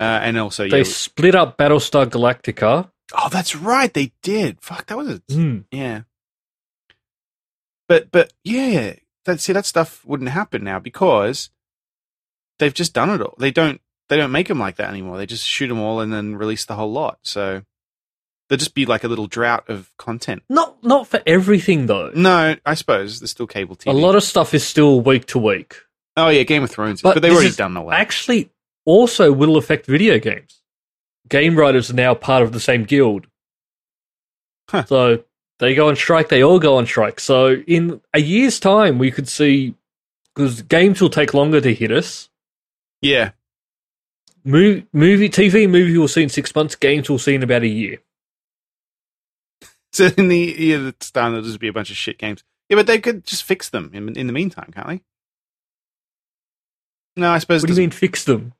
[SPEAKER 2] Uh, and also,
[SPEAKER 3] they
[SPEAKER 2] yeah.
[SPEAKER 3] split up Battlestar Galactica.
[SPEAKER 2] Oh, that's right. They did. Fuck, that was a.
[SPEAKER 3] Hmm.
[SPEAKER 2] Yeah. But, but, yeah. That, see, that stuff wouldn't happen now because they've just done it all. They don't. They don't make them like that anymore. They just shoot them all and then release the whole lot. So there'll just be like a little drought of content.
[SPEAKER 3] Not not for everything though.
[SPEAKER 2] No, I suppose there's still cable TV.
[SPEAKER 3] A lot of stuff is still week to week.
[SPEAKER 2] oh yeah, Game of Thrones, is- but,
[SPEAKER 3] But
[SPEAKER 2] they've
[SPEAKER 3] this
[SPEAKER 2] already
[SPEAKER 3] is
[SPEAKER 2] done all that.
[SPEAKER 3] Actually, also will affect video games. Game writers are now part of the same guild.
[SPEAKER 2] Huh.
[SPEAKER 3] So they go on strike, they all go on strike. So in a year's time, we could see because games will take longer to hit us.
[SPEAKER 2] yeah,
[SPEAKER 3] Movie, movie, TV, movie we'll see in six months. Games we'll see in about a year.
[SPEAKER 2] so in the yeah, the time there'll just be a bunch of shit games. Yeah, but they could just fix them in, in the meantime, can't they? No, I suppose.
[SPEAKER 3] What do
[SPEAKER 2] it
[SPEAKER 3] you mean fix them?
[SPEAKER 2] doesn't-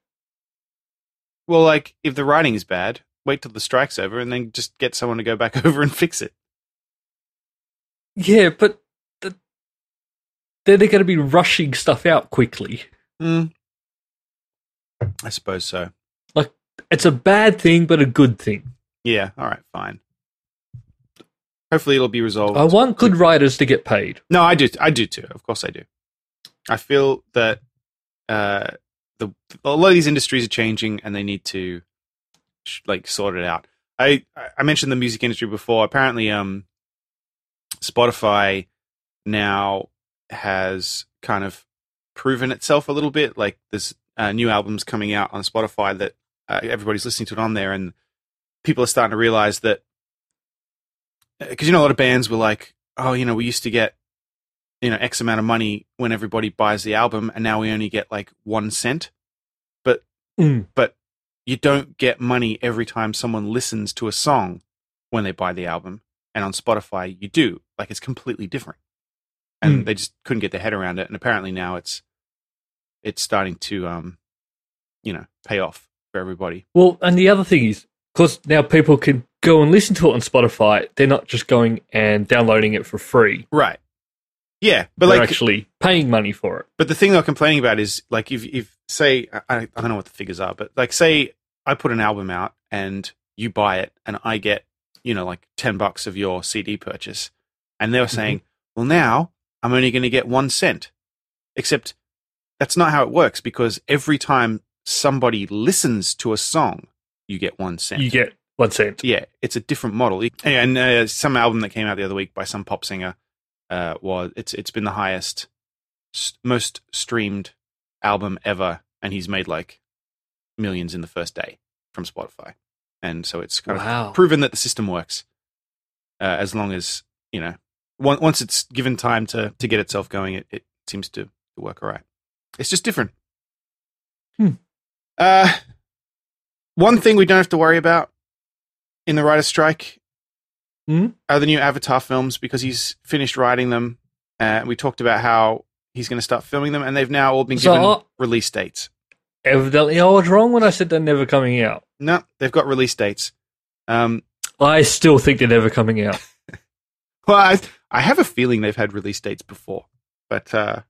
[SPEAKER 2] Well, like if the writing is bad, wait till the strike's over, and then just get someone to go back over and fix it.
[SPEAKER 3] Yeah, but th- then they're going to be rushing stuff out quickly.
[SPEAKER 2] Mm. I suppose so.
[SPEAKER 3] it's a bad thing, but a good thing.
[SPEAKER 2] Yeah. All right. Fine. Hopefully, it'll be resolved.
[SPEAKER 3] I want good writers to get paid.
[SPEAKER 2] No, I do. I do too. Of course, I do. I feel that uh, the a lot of these industries are changing, and they need to sh- like sort it out. I I mentioned the music industry before. Apparently, um, Spotify now has kind of proven itself a little bit. Like there's uh, new albums coming out on Spotify that uh, everybody's listening to it on there, and people are starting to realize that because you know a lot of bands were like, oh, you know, we used to get you know X amount of money when everybody buys the album, and now we only get like one cent.
[SPEAKER 3] Mm.
[SPEAKER 2] You don't get money every time someone listens to a song when they buy the album, and on Spotify you do. Like it's completely different, and
[SPEAKER 3] Mm.
[SPEAKER 2] they just couldn't get their head around it. And apparently now it's it's starting to um you know pay off for everybody.
[SPEAKER 3] Well, and the other thing is, because now people can go and listen to it on Spotify. They're not just going and downloading it for free.
[SPEAKER 2] Right. Yeah, but
[SPEAKER 3] But they're
[SPEAKER 2] like
[SPEAKER 3] actually paying money for it.
[SPEAKER 2] But the thing they're complaining about is like if if say I, I don't know what the figures are, but like say I put an album out and you buy it and I get you know like ten bucks of your CD purchase, and they were saying, well now I'm only going to get one cent, except that's not how it works because every time somebody listens to a song, you get one cent.
[SPEAKER 3] You get one cent.
[SPEAKER 2] Yeah, it's a different model. And uh, some album that came out the other week by some pop singer uh, was it's it's been the highest, s- most streamed album ever, and he's made like millions in the first day from Spotify, and so it's kind
[SPEAKER 3] Wow.
[SPEAKER 2] of proven that the system works. Uh, as long as you know, on- once it's given time to to get itself going, it, it seems to work all right. It's just different.
[SPEAKER 3] Hmm.
[SPEAKER 2] Uh, one thing we don't have to worry about in the writer's strike
[SPEAKER 3] Hmm?
[SPEAKER 2] are the new Avatar films because he's finished writing them. And we talked about how he's going to start filming them, and they've now all been
[SPEAKER 3] So-
[SPEAKER 2] given release dates.
[SPEAKER 3] Evidently, I was wrong when I said they're never coming out.
[SPEAKER 2] No, they've got release dates. Um,
[SPEAKER 3] I still think they're never coming out.
[SPEAKER 2] well, I, I have a feeling they've had release dates before, but uh,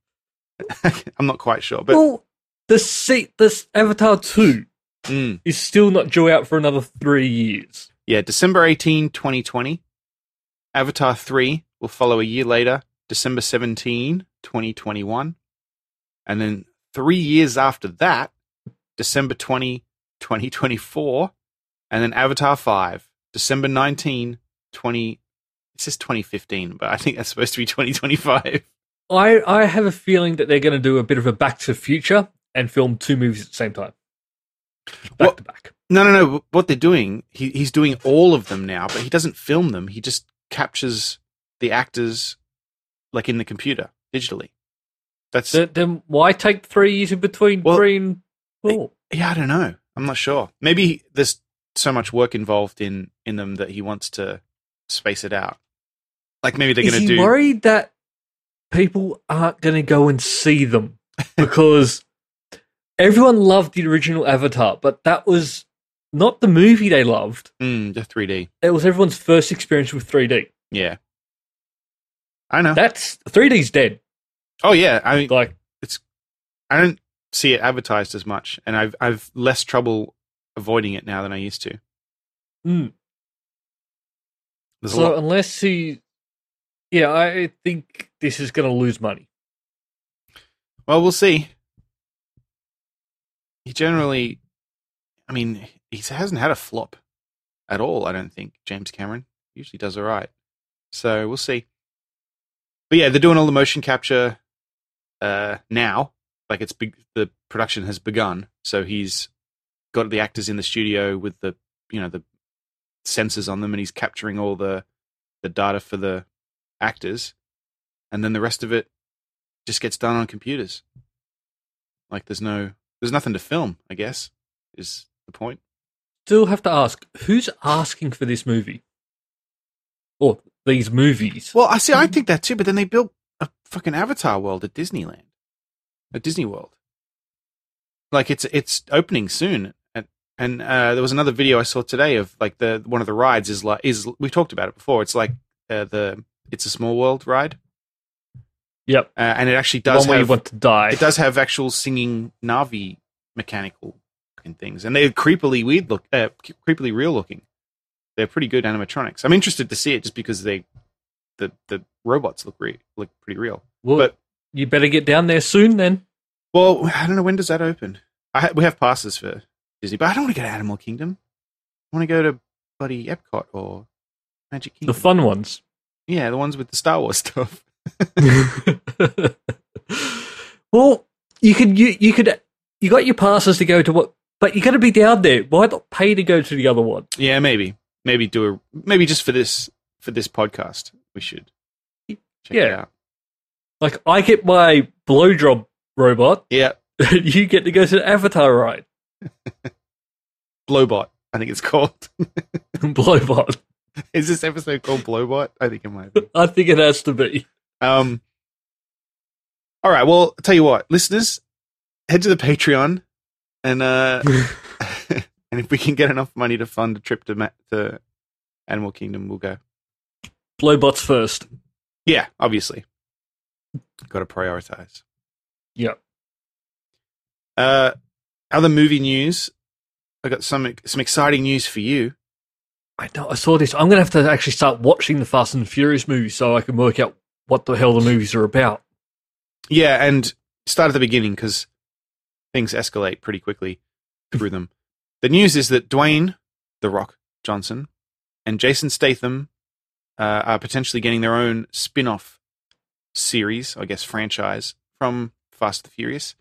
[SPEAKER 2] I'm not quite sure. But
[SPEAKER 3] well, the se- this Avatar two
[SPEAKER 2] Mm.
[SPEAKER 3] is still not due out for another three years.
[SPEAKER 2] yeah, December 18, 2020. Avatar 3 will follow a year later, December 17, 2021. And then three years after that, December 20, 2024. And then Avatar 5, December 19, 20. It says 2015, but I think that's supposed to be 2025.
[SPEAKER 3] I I have a feeling that they're going to do a bit of a Back to the Future and film two movies at the same time, back
[SPEAKER 2] Well-
[SPEAKER 3] to back.
[SPEAKER 2] No, no, no. What they're doing, he, he's doing all of them now, but he doesn't film them. He just captures the actors, like in the computer, digitally. That's
[SPEAKER 3] Then, then why take three years in between
[SPEAKER 2] Well,
[SPEAKER 3] three and four?
[SPEAKER 2] yeah. I don't know. I'm not sure. Maybe there's so much work involved in in them that he wants to space it out. Like maybe they're
[SPEAKER 3] Is
[SPEAKER 2] going to
[SPEAKER 3] he
[SPEAKER 2] do.
[SPEAKER 3] worried that people aren't going to go and see them because everyone loved the original Avatar, but that was not the movie they loved.
[SPEAKER 2] Mm, the 3D.
[SPEAKER 3] It was everyone's first experience with 3D.
[SPEAKER 2] Yeah. I know.
[SPEAKER 3] That's 3D's dead.
[SPEAKER 2] oh yeah. I mean,
[SPEAKER 3] Like
[SPEAKER 2] I don't see it advertised as much, and I've I've less trouble avoiding it now than I used to.
[SPEAKER 3] Mm.
[SPEAKER 2] There's a
[SPEAKER 3] so,
[SPEAKER 2] lot.
[SPEAKER 3] unless he, yeah, I think this is going to lose money.
[SPEAKER 2] Well, we'll see. He generally, I mean, he hasn't had a flop at all. I don't think James Cameron usually does all right. So we'll see. But yeah, they're doing all the motion capture uh, now. Like it's big, the production has begun. So he's got the actors in the studio with the you know the sensors on them, and he's capturing all the the data for the actors, and then the rest of it just gets done on computers. Like there's no there's nothing to film, I guess, is the point.
[SPEAKER 3] Still have to ask who's asking for this movie or these movies?
[SPEAKER 2] Well, I see I think that too, but then they built a fucking avatar world at Disneyland. At Disney World. Like it's it's opening soon. And and uh, there was another video I saw today of like the one of the rides is like is we talked about it before. It's like uh, the it's a small world ride.
[SPEAKER 3] Yep,
[SPEAKER 2] Uh, and it actually
[SPEAKER 3] the
[SPEAKER 2] does
[SPEAKER 3] one where you
[SPEAKER 2] have-
[SPEAKER 3] want to die.
[SPEAKER 2] It does have actual singing Navi mechanical looking things, and they're creepily weird look, uh, creepily real looking. They're pretty good animatronics. I'm interested to see it just because they, the the robots look re- look pretty real.
[SPEAKER 3] Well,
[SPEAKER 2] But-
[SPEAKER 3] you better get down there soon then.
[SPEAKER 2] Well, I don't know when does that open. I ha- we have passes for Disney, but I don't want to go to Animal Kingdom. I want to go to Buddy Epcot or Magic
[SPEAKER 3] The
[SPEAKER 2] Kingdom.
[SPEAKER 3] fun ones.
[SPEAKER 2] yeah, the ones with the Star Wars stuff.
[SPEAKER 3] well, you could you you could you got your passes to go to what, but you got to be down there. Why not pay to go to the other one?
[SPEAKER 2] Yeah, maybe, maybe do a maybe just for this for this podcast. We should check it
[SPEAKER 3] Yeah.
[SPEAKER 2] out.
[SPEAKER 3] Like I get my blow job robot,
[SPEAKER 2] Yeah,
[SPEAKER 3] and you get to go to the Avatar ride,
[SPEAKER 2] Blowbot. I think it's called.
[SPEAKER 3] Blowbot.
[SPEAKER 2] Is this episode called Blowbot? I think it might be.
[SPEAKER 3] I think it has to be.
[SPEAKER 2] Um, all right. Well, tell you what, listeners, head to the Patreon, and uh, and if we can get enough money to fund a trip to Ma- to Animal Kingdom, we'll go.
[SPEAKER 3] Blowbots first.
[SPEAKER 2] Yeah, obviously, got to prioritize.
[SPEAKER 3] Yep.
[SPEAKER 2] Uh, other movie news. I got some some exciting news for you.
[SPEAKER 3] I know. I saw this. I'm gonna have to actually start watching the Fast and Furious movies so I can work out what the hell the movies are about.
[SPEAKER 2] Yeah, and start at the beginning because things escalate pretty quickly through them. The news is that Dwayne, The Rock Johnson, and Jason Statham uh, are potentially getting their own spin off series, I guess, franchise from Fast and Furious.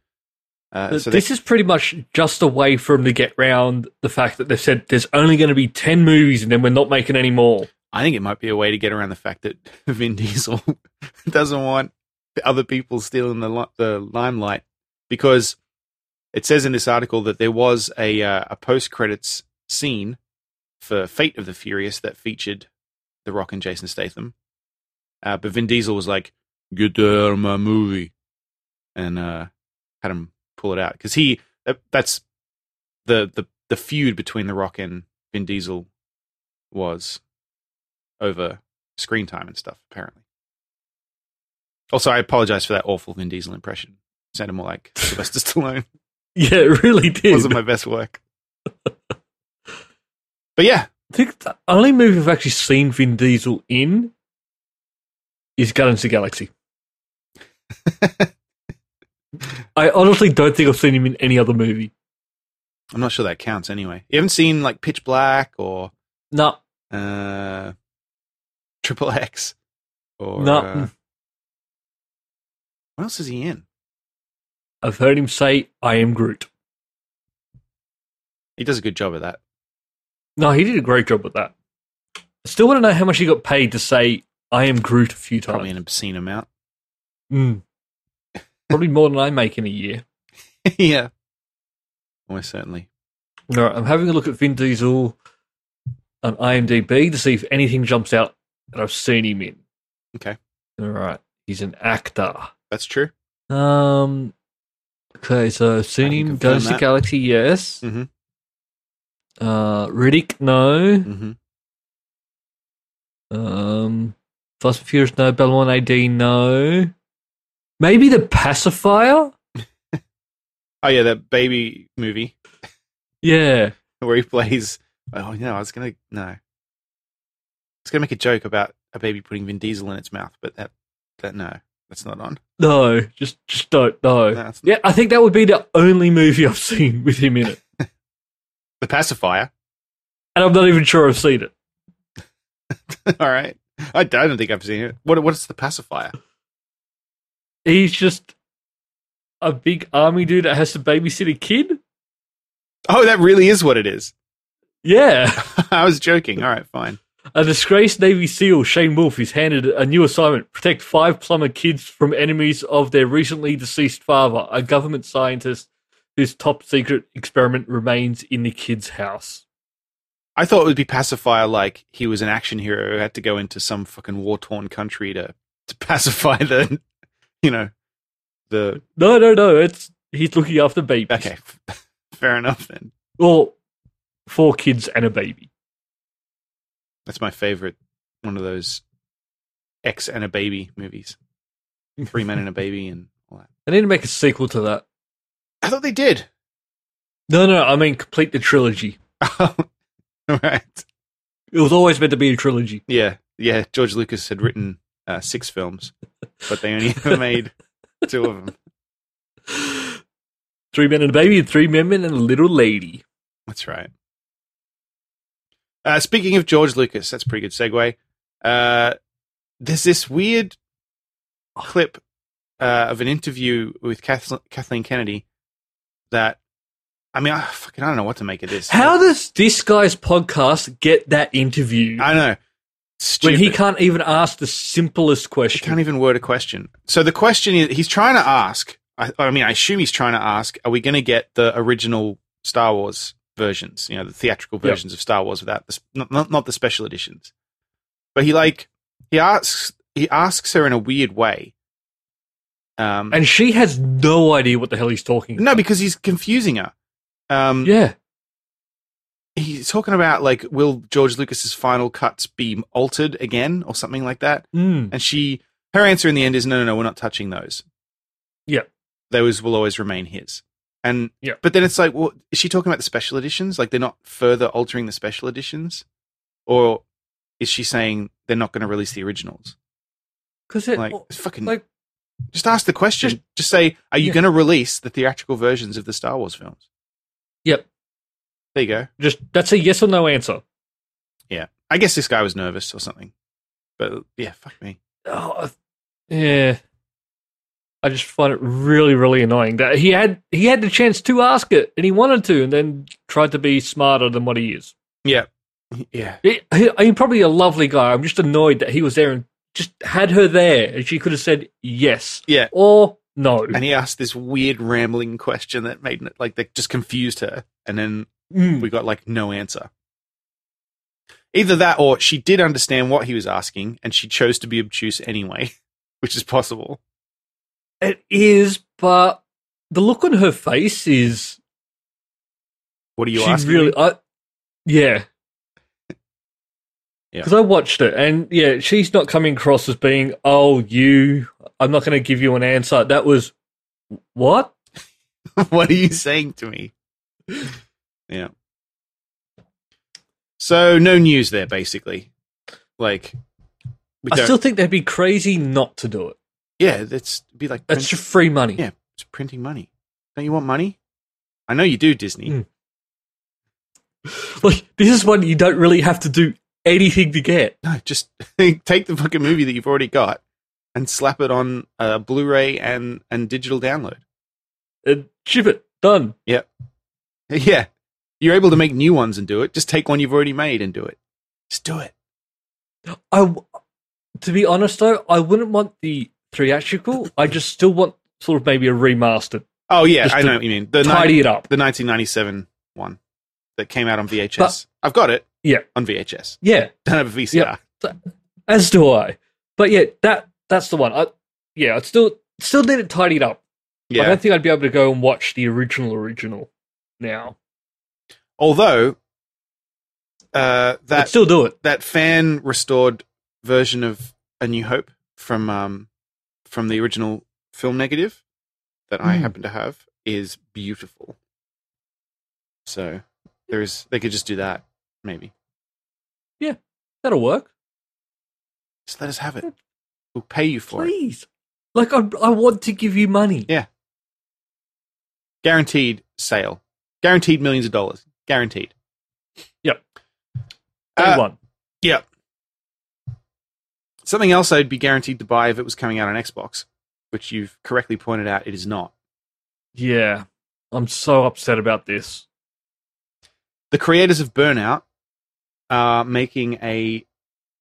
[SPEAKER 2] Uh,
[SPEAKER 3] But
[SPEAKER 2] so
[SPEAKER 3] this is pretty much just a way for them to get round the fact that they've said there's only going to be 10 movies and then we're not making any more.
[SPEAKER 2] I think it might be a way to get around the fact that Vin Diesel doesn't want other people stealing the li- the limelight because it says in this article that there was a uh, a post credits scene for Fate of the Furious that featured The Rock and Jason Statham, uh, but Vin Diesel was like, "Get that out of my movie," and uh, had him pull it out because he that, that's the the the feud between The Rock and Vin Diesel was over screen time and stuff, apparently. Also, I apologize for that awful Vin Diesel impression. Sounded more like Sylvester Stallone.
[SPEAKER 3] Yeah, it really did.
[SPEAKER 2] Wasn't my best work. But yeah,
[SPEAKER 3] I think the only movie I've actually seen Vin Diesel in is Guardians of the Galaxy. I honestly don't think I've seen him in any other movie.
[SPEAKER 2] I'm not sure that counts anyway. You haven't seen like Pitch Black or
[SPEAKER 3] No,
[SPEAKER 2] uh, Triple X or
[SPEAKER 3] no.
[SPEAKER 2] uh, what else is he in?
[SPEAKER 3] I've heard him say, I am Groot.
[SPEAKER 2] He does a good job at that.
[SPEAKER 3] No, he did a great job with that. I still want to know how much he got paid to say, I am Groot a few times.
[SPEAKER 2] Probably an obscene amount.
[SPEAKER 3] Mm. Probably more than I make in a year.
[SPEAKER 2] yeah, almost certainly.
[SPEAKER 3] All right, I'm having a look at Vin Diesel on IMDb to see if anything jumps out that I've seen him in.
[SPEAKER 2] Okay.
[SPEAKER 3] All right, he's an actor.
[SPEAKER 2] That's true.
[SPEAKER 3] Um. Okay, so I've seen
[SPEAKER 2] can
[SPEAKER 3] him.
[SPEAKER 2] confirm
[SPEAKER 3] Guardians of the
[SPEAKER 2] that.
[SPEAKER 3] Galaxy, yes.
[SPEAKER 2] Mhm.
[SPEAKER 3] Uh, Riddick, no.
[SPEAKER 2] hmm
[SPEAKER 3] Um, Fast and Furious, no. Babylon AD, no. Maybe the pacifier.
[SPEAKER 2] Oh yeah, that baby movie.
[SPEAKER 3] Yeah.
[SPEAKER 2] where he plays. Oh no, I was gonna no. I was gonna make a joke about a baby putting Vin Diesel in its mouth, but that that no, that's not on.
[SPEAKER 3] No, just just don't. No.
[SPEAKER 2] No, that's
[SPEAKER 3] Yeah, I think that would be the only movie I've seen with him in it,
[SPEAKER 2] The pacifier.
[SPEAKER 3] and I'm not even sure I've seen it.
[SPEAKER 2] All right, I, I don't think I've seen it. What what's the pacifier?
[SPEAKER 3] He's just a big army dude that has to babysit a kid.
[SPEAKER 2] Oh, that really is what it is.
[SPEAKER 3] Yeah,
[SPEAKER 2] I was joking. All right, fine.
[SPEAKER 3] a disgraced Navy SEAL, Shane Wolf, is handed a new assignment: protect five plumber kids from enemies of their recently deceased father, a government scientist whose top secret experiment remains in the kid's house.
[SPEAKER 2] I thought it would be pacifier, like he was an action hero who had to go into some fucking war torn country to to pacify the, you know, the
[SPEAKER 3] No, no, no. It's he's looking after babies.
[SPEAKER 2] okay. Fair enough then.
[SPEAKER 3] or four kids and a baby.
[SPEAKER 2] That's my favorite one of those X and a baby movies. Three men and a baby and all that.
[SPEAKER 3] I need to make a sequel to that.
[SPEAKER 2] I thought they did.
[SPEAKER 3] No, no, I mean complete the trilogy.
[SPEAKER 2] All right.
[SPEAKER 3] It was always meant to be a trilogy.
[SPEAKER 2] Yeah. Yeah. George Lucas had written uh, six films, but they only ever made two of them.
[SPEAKER 3] Three men and a baby, and three men and a little lady.
[SPEAKER 2] That's right. Uh, speaking of George Lucas, that's a pretty good segue. Uh, there's this weird clip uh, of an interview with Kathleen, Kathleen Kennedy that, I mean, I fucking I don't know what to make of this.
[SPEAKER 3] How does this guy's podcast get that interview
[SPEAKER 2] I know.
[SPEAKER 3] when
[SPEAKER 2] Stupid.
[SPEAKER 3] he can't even ask the simplest
[SPEAKER 2] He
[SPEAKER 3] question?
[SPEAKER 2] can't even word a question. So the question is, he's trying to ask. I, I mean, I assume he's trying to ask: Are we going to get the original Star Wars versions? You know, the theatrical
[SPEAKER 3] Yep.
[SPEAKER 2] versions of Star Wars without the sp- not, not not the special editions. But he like he asks he asks her in a weird way. Um,
[SPEAKER 3] and she has no idea what the hell he's talking about.
[SPEAKER 2] no, because he's confusing her. Um,
[SPEAKER 3] Yeah.
[SPEAKER 2] He's talking about like, will George Lucas's final cuts be altered again or something like that?
[SPEAKER 3] Mm.
[SPEAKER 2] And she, her answer in the end is, no, no, no, we're not touching those.
[SPEAKER 3] Yeah.
[SPEAKER 2] Those will always remain his. And,
[SPEAKER 3] Yeah.
[SPEAKER 2] but then it's like, well, is she talking about the special editions? Like they're not further altering the special editions? Or is she saying they're not going to release the originals?
[SPEAKER 3] Because it.
[SPEAKER 2] Like, it's fucking,
[SPEAKER 3] like-
[SPEAKER 2] just ask the question. Just, say, are you
[SPEAKER 3] Yeah.
[SPEAKER 2] going to release the theatrical versions of the Star Wars films?
[SPEAKER 3] Yep.
[SPEAKER 2] There you go.
[SPEAKER 3] Just that's a yes or no answer.
[SPEAKER 2] I guess this guy was nervous or something. But yeah, fuck me.
[SPEAKER 3] Oh, yeah. I just find it really, really annoying that he had he had the chance to ask it and he wanted to, and then tried to be smarter than what he is.
[SPEAKER 2] Yeah. Yeah.
[SPEAKER 3] He, he, he's probably a lovely guy. I'm just annoyed that he was there and just had her there, and she could have said yes
[SPEAKER 2] Yeah.
[SPEAKER 3] or no.
[SPEAKER 2] and he asked this weird rambling question that made like that just confused her and then
[SPEAKER 3] Mm.
[SPEAKER 2] we got like no answer either that or she did understand what he was asking and she chose to be obtuse anyway which is possible
[SPEAKER 3] It is, but the look on her face is
[SPEAKER 2] what are you
[SPEAKER 3] she
[SPEAKER 2] asking
[SPEAKER 3] really,
[SPEAKER 2] me?
[SPEAKER 3] I, yeah,
[SPEAKER 2] Yeah.
[SPEAKER 3] Because I watched it, and yeah, she's not coming across as being, "Oh, you." I'm not going to give you an answer. That was what?
[SPEAKER 2] what are you saying to me yeah so no news there basically like we
[SPEAKER 3] I
[SPEAKER 2] don't,
[SPEAKER 3] still think they'd be crazy not to do it.
[SPEAKER 2] yeah that's be like
[SPEAKER 3] That's just free money.
[SPEAKER 2] Yeah. it's printing money don't you want money i know you do disney
[SPEAKER 3] Mm. Like this is one you don't really have to do anything to get.
[SPEAKER 2] No, just take the fucking movie that you've already got and slap it on uh, Blu-ray and and digital download.
[SPEAKER 3] And ship it done.
[SPEAKER 2] Yeah, you're able to make new ones and do it. Just take one you've already made and do it. Just do it.
[SPEAKER 3] I, w- to be honest though, I wouldn't want the theatrical. I just still want sort of maybe a remastered,
[SPEAKER 2] Oh yeah,
[SPEAKER 3] Just
[SPEAKER 2] I
[SPEAKER 3] to
[SPEAKER 2] know what you mean. The
[SPEAKER 3] tidy
[SPEAKER 2] ni-
[SPEAKER 3] it up.
[SPEAKER 2] the 1997 one that came out on VHS. I've got it.
[SPEAKER 3] Yeah.
[SPEAKER 2] on VHS.
[SPEAKER 3] Yeah,
[SPEAKER 2] Don't have a VCR.
[SPEAKER 3] as do I. But yeah, that that's the one. I, yeah, I still still need it tidied up. I
[SPEAKER 2] Yeah.
[SPEAKER 3] don't think I'd be able to go and watch the original original now.
[SPEAKER 2] Although uh,
[SPEAKER 3] I'd
[SPEAKER 2] that
[SPEAKER 3] still do it.
[SPEAKER 2] that fan restored version of A New Hope from um, from the original film negative that I
[SPEAKER 3] Mm.
[SPEAKER 2] happen to have is beautiful. So there is they could just do that maybe.
[SPEAKER 3] That'll work.
[SPEAKER 2] Just let us have it. We'll pay you for it.
[SPEAKER 3] Please. Like I, I want to give you money.
[SPEAKER 2] Yeah. Guaranteed sale. Guaranteed millions of dollars. Guaranteed.
[SPEAKER 3] Yep. Day
[SPEAKER 2] Uh,
[SPEAKER 3] one.
[SPEAKER 2] Yep. Something else I'd be guaranteed to buy if it was coming out on Xbox, which you've correctly pointed out it is not.
[SPEAKER 3] Yeah. I'm so upset about this.
[SPEAKER 2] the creators of Burnout are making a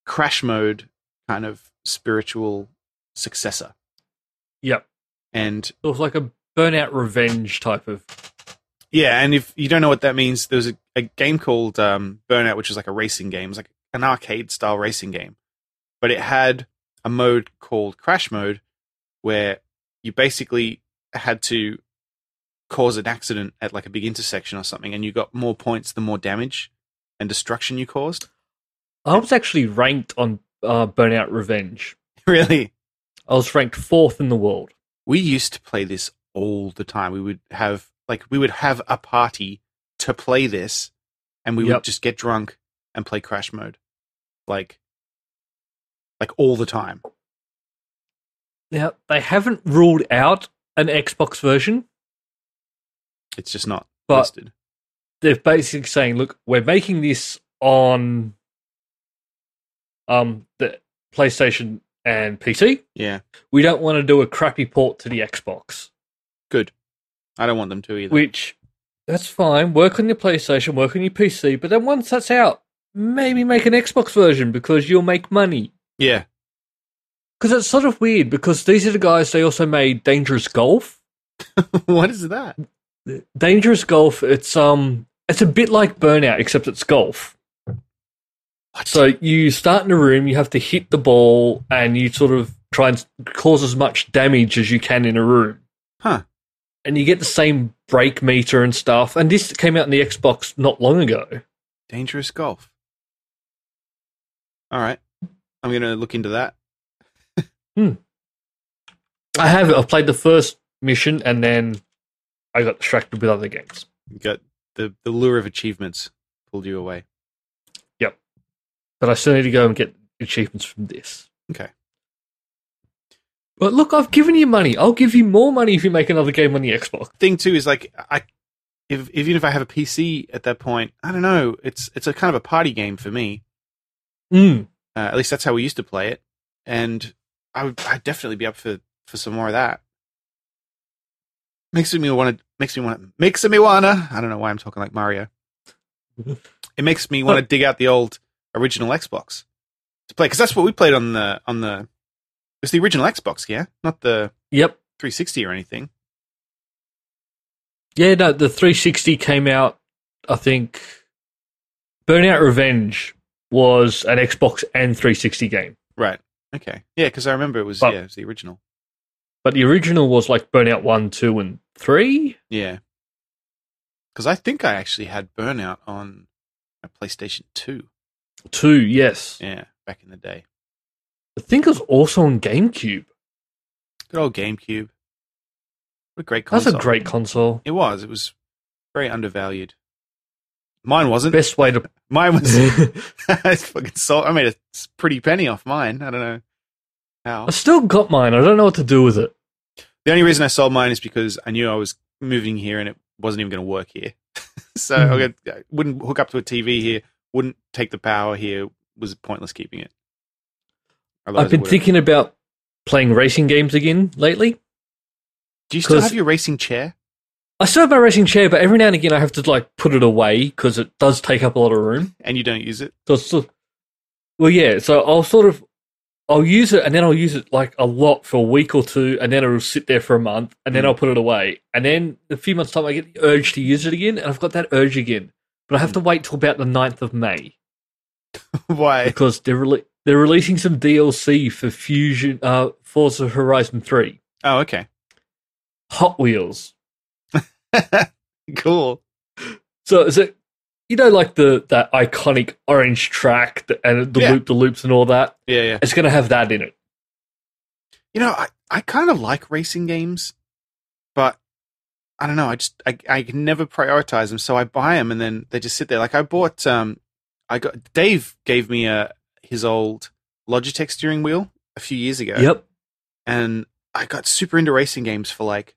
[SPEAKER 2] crash mode kind of spiritual successor.
[SPEAKER 3] Yep.
[SPEAKER 2] And
[SPEAKER 3] It was like a burnout revenge type of
[SPEAKER 2] yeah, and if you don't know what that means, there was a, a game called um, Burnout, which was like a racing game. It was like an arcade style racing game. But it had a mode called crash mode where you basically had to cause an accident at like a big intersection or something, and you got more points the more damage and destruction you caused.
[SPEAKER 3] I was actually ranked on uh, Burnout Revenge.
[SPEAKER 2] really?
[SPEAKER 3] I was ranked fourth in the world.
[SPEAKER 2] we used to play this all the time. We would have Like we would have a party to play this, and we
[SPEAKER 3] Yep.
[SPEAKER 2] would just get drunk and play Crash Mode, like, like all the time.
[SPEAKER 3] Now they haven't ruled out an Xbox version.
[SPEAKER 2] It's just not
[SPEAKER 3] But-
[SPEAKER 2] listed.
[SPEAKER 3] They're basically saying, "Look, we're making this on um the PlayStation and PC.
[SPEAKER 2] Yeah,
[SPEAKER 3] We don't want to do a crappy port to the Xbox."
[SPEAKER 2] I don't want them to either.
[SPEAKER 3] Which that's fine. Work on your PlayStation, work on your PC, but then once that's out, maybe make an Xbox version because you'll make money.
[SPEAKER 2] yeah,
[SPEAKER 3] Because it's sort of weird because these are the guys they also made Dangerous Golf.
[SPEAKER 2] what is that?
[SPEAKER 3] Dangerous Golf, it's um it's a bit like Burnout except it's golf. So you start in a room, you have to hit the ball and you sort of try and cause as much damage as you can in a room.
[SPEAKER 2] Huh.
[SPEAKER 3] And you get the same break meter and stuff. And this came out in the Xbox not long ago.
[SPEAKER 2] Dangerous golf. All right, I'm gonna look into that.
[SPEAKER 3] I have. it. I've played the first mission and then I got distracted with other games.
[SPEAKER 2] You got the the lure of achievements pulled you away.
[SPEAKER 3] But I still need to go and get achievements from this.
[SPEAKER 2] Okay.
[SPEAKER 3] But look, I've given you money. I'll give you more money if you make another game on the Xbox.
[SPEAKER 2] Thing too is like I, if even if I have a PC at that point, I don't know. It's it's a kind of a party game for me.
[SPEAKER 3] Mm.
[SPEAKER 2] Uh, at least that's how we used to play it, and I would I'd definitely be up for for some more of that. Makes me want to. Makes me want. Makes me wanna. I don't know why I'm talking like Mario. It makes me want to dig out the old original Xbox to play because that's what we played on the on the. It's the original Xbox, yeah, not the
[SPEAKER 3] Yep.
[SPEAKER 2] 360 or anything.
[SPEAKER 3] Yeah. No, the 360 came out. I think Burnout Revenge was an Xbox and 360 game,
[SPEAKER 2] Right. Okay. Yeah, because I remember it was
[SPEAKER 3] But-
[SPEAKER 2] yeah, it was the original.
[SPEAKER 3] but the original was like Burnout One, Two, and Three.
[SPEAKER 2] Yeah. Because I think I actually had Burnout on a PlayStation Two.
[SPEAKER 3] Two, yes.
[SPEAKER 2] Yeah, back in the day.
[SPEAKER 3] I think it was also on GameCube.
[SPEAKER 2] Good old GameCube. What a great
[SPEAKER 3] That's
[SPEAKER 2] console.
[SPEAKER 3] a great console.
[SPEAKER 2] It was. It was very undervalued. Mine wasn't.
[SPEAKER 3] Best way to
[SPEAKER 2] Mine was. I fucking sold. I made a s- pretty penny off mine. I don't know how.
[SPEAKER 3] I still got mine. I don't know what to do with it.
[SPEAKER 2] The only reason I sold mine is because I knew I was moving here and it wasn't even going to work here. so I
[SPEAKER 3] Mhm.
[SPEAKER 2] got- I wouldn't hook up to a TV here, wouldn't take the power here. Was pointless keeping it. Otherwise,
[SPEAKER 3] I've
[SPEAKER 2] I
[SPEAKER 3] been
[SPEAKER 2] would've-
[SPEAKER 3] thinking about playing racing games again lately.
[SPEAKER 2] Do you still
[SPEAKER 3] 'cause-
[SPEAKER 2] have your racing chair?
[SPEAKER 3] I still have my racing chair, but every now and again I have to like put it away because it does take up a lot of room.
[SPEAKER 2] And you don't use it?
[SPEAKER 3] So it's sort- well, yeah. So I'll sort of I'll use it and then I'll use it like a lot for a week or two, and then it'll sit there for a month, and then
[SPEAKER 2] Mm.
[SPEAKER 3] I'll put it away, and then a few months time I get the urge to use it again, and I've got that urge again, but I
[SPEAKER 2] Hmm.
[SPEAKER 3] have to wait till about the 9th of May.
[SPEAKER 2] Why?
[SPEAKER 3] because they're rele- they're releasing some DLC for Fusion uh Forza Horizon 3
[SPEAKER 2] Oh, okay.
[SPEAKER 3] Hot Wheels.
[SPEAKER 2] cool.
[SPEAKER 3] So is it you know like the that iconic orange track that, and the
[SPEAKER 2] Yeah.
[SPEAKER 3] loop the loops and all that?
[SPEAKER 2] Yeah, yeah.
[SPEAKER 3] It's going to have that in it.
[SPEAKER 2] You know, I, I kind of like racing games, but I don't know. I just I, I can never prioritize them, so I buy them and then they just sit there. Like I bought um, I got Dave gave me a his old Logitech steering wheel a few years ago,
[SPEAKER 3] Yep.
[SPEAKER 2] and I got super into racing games for like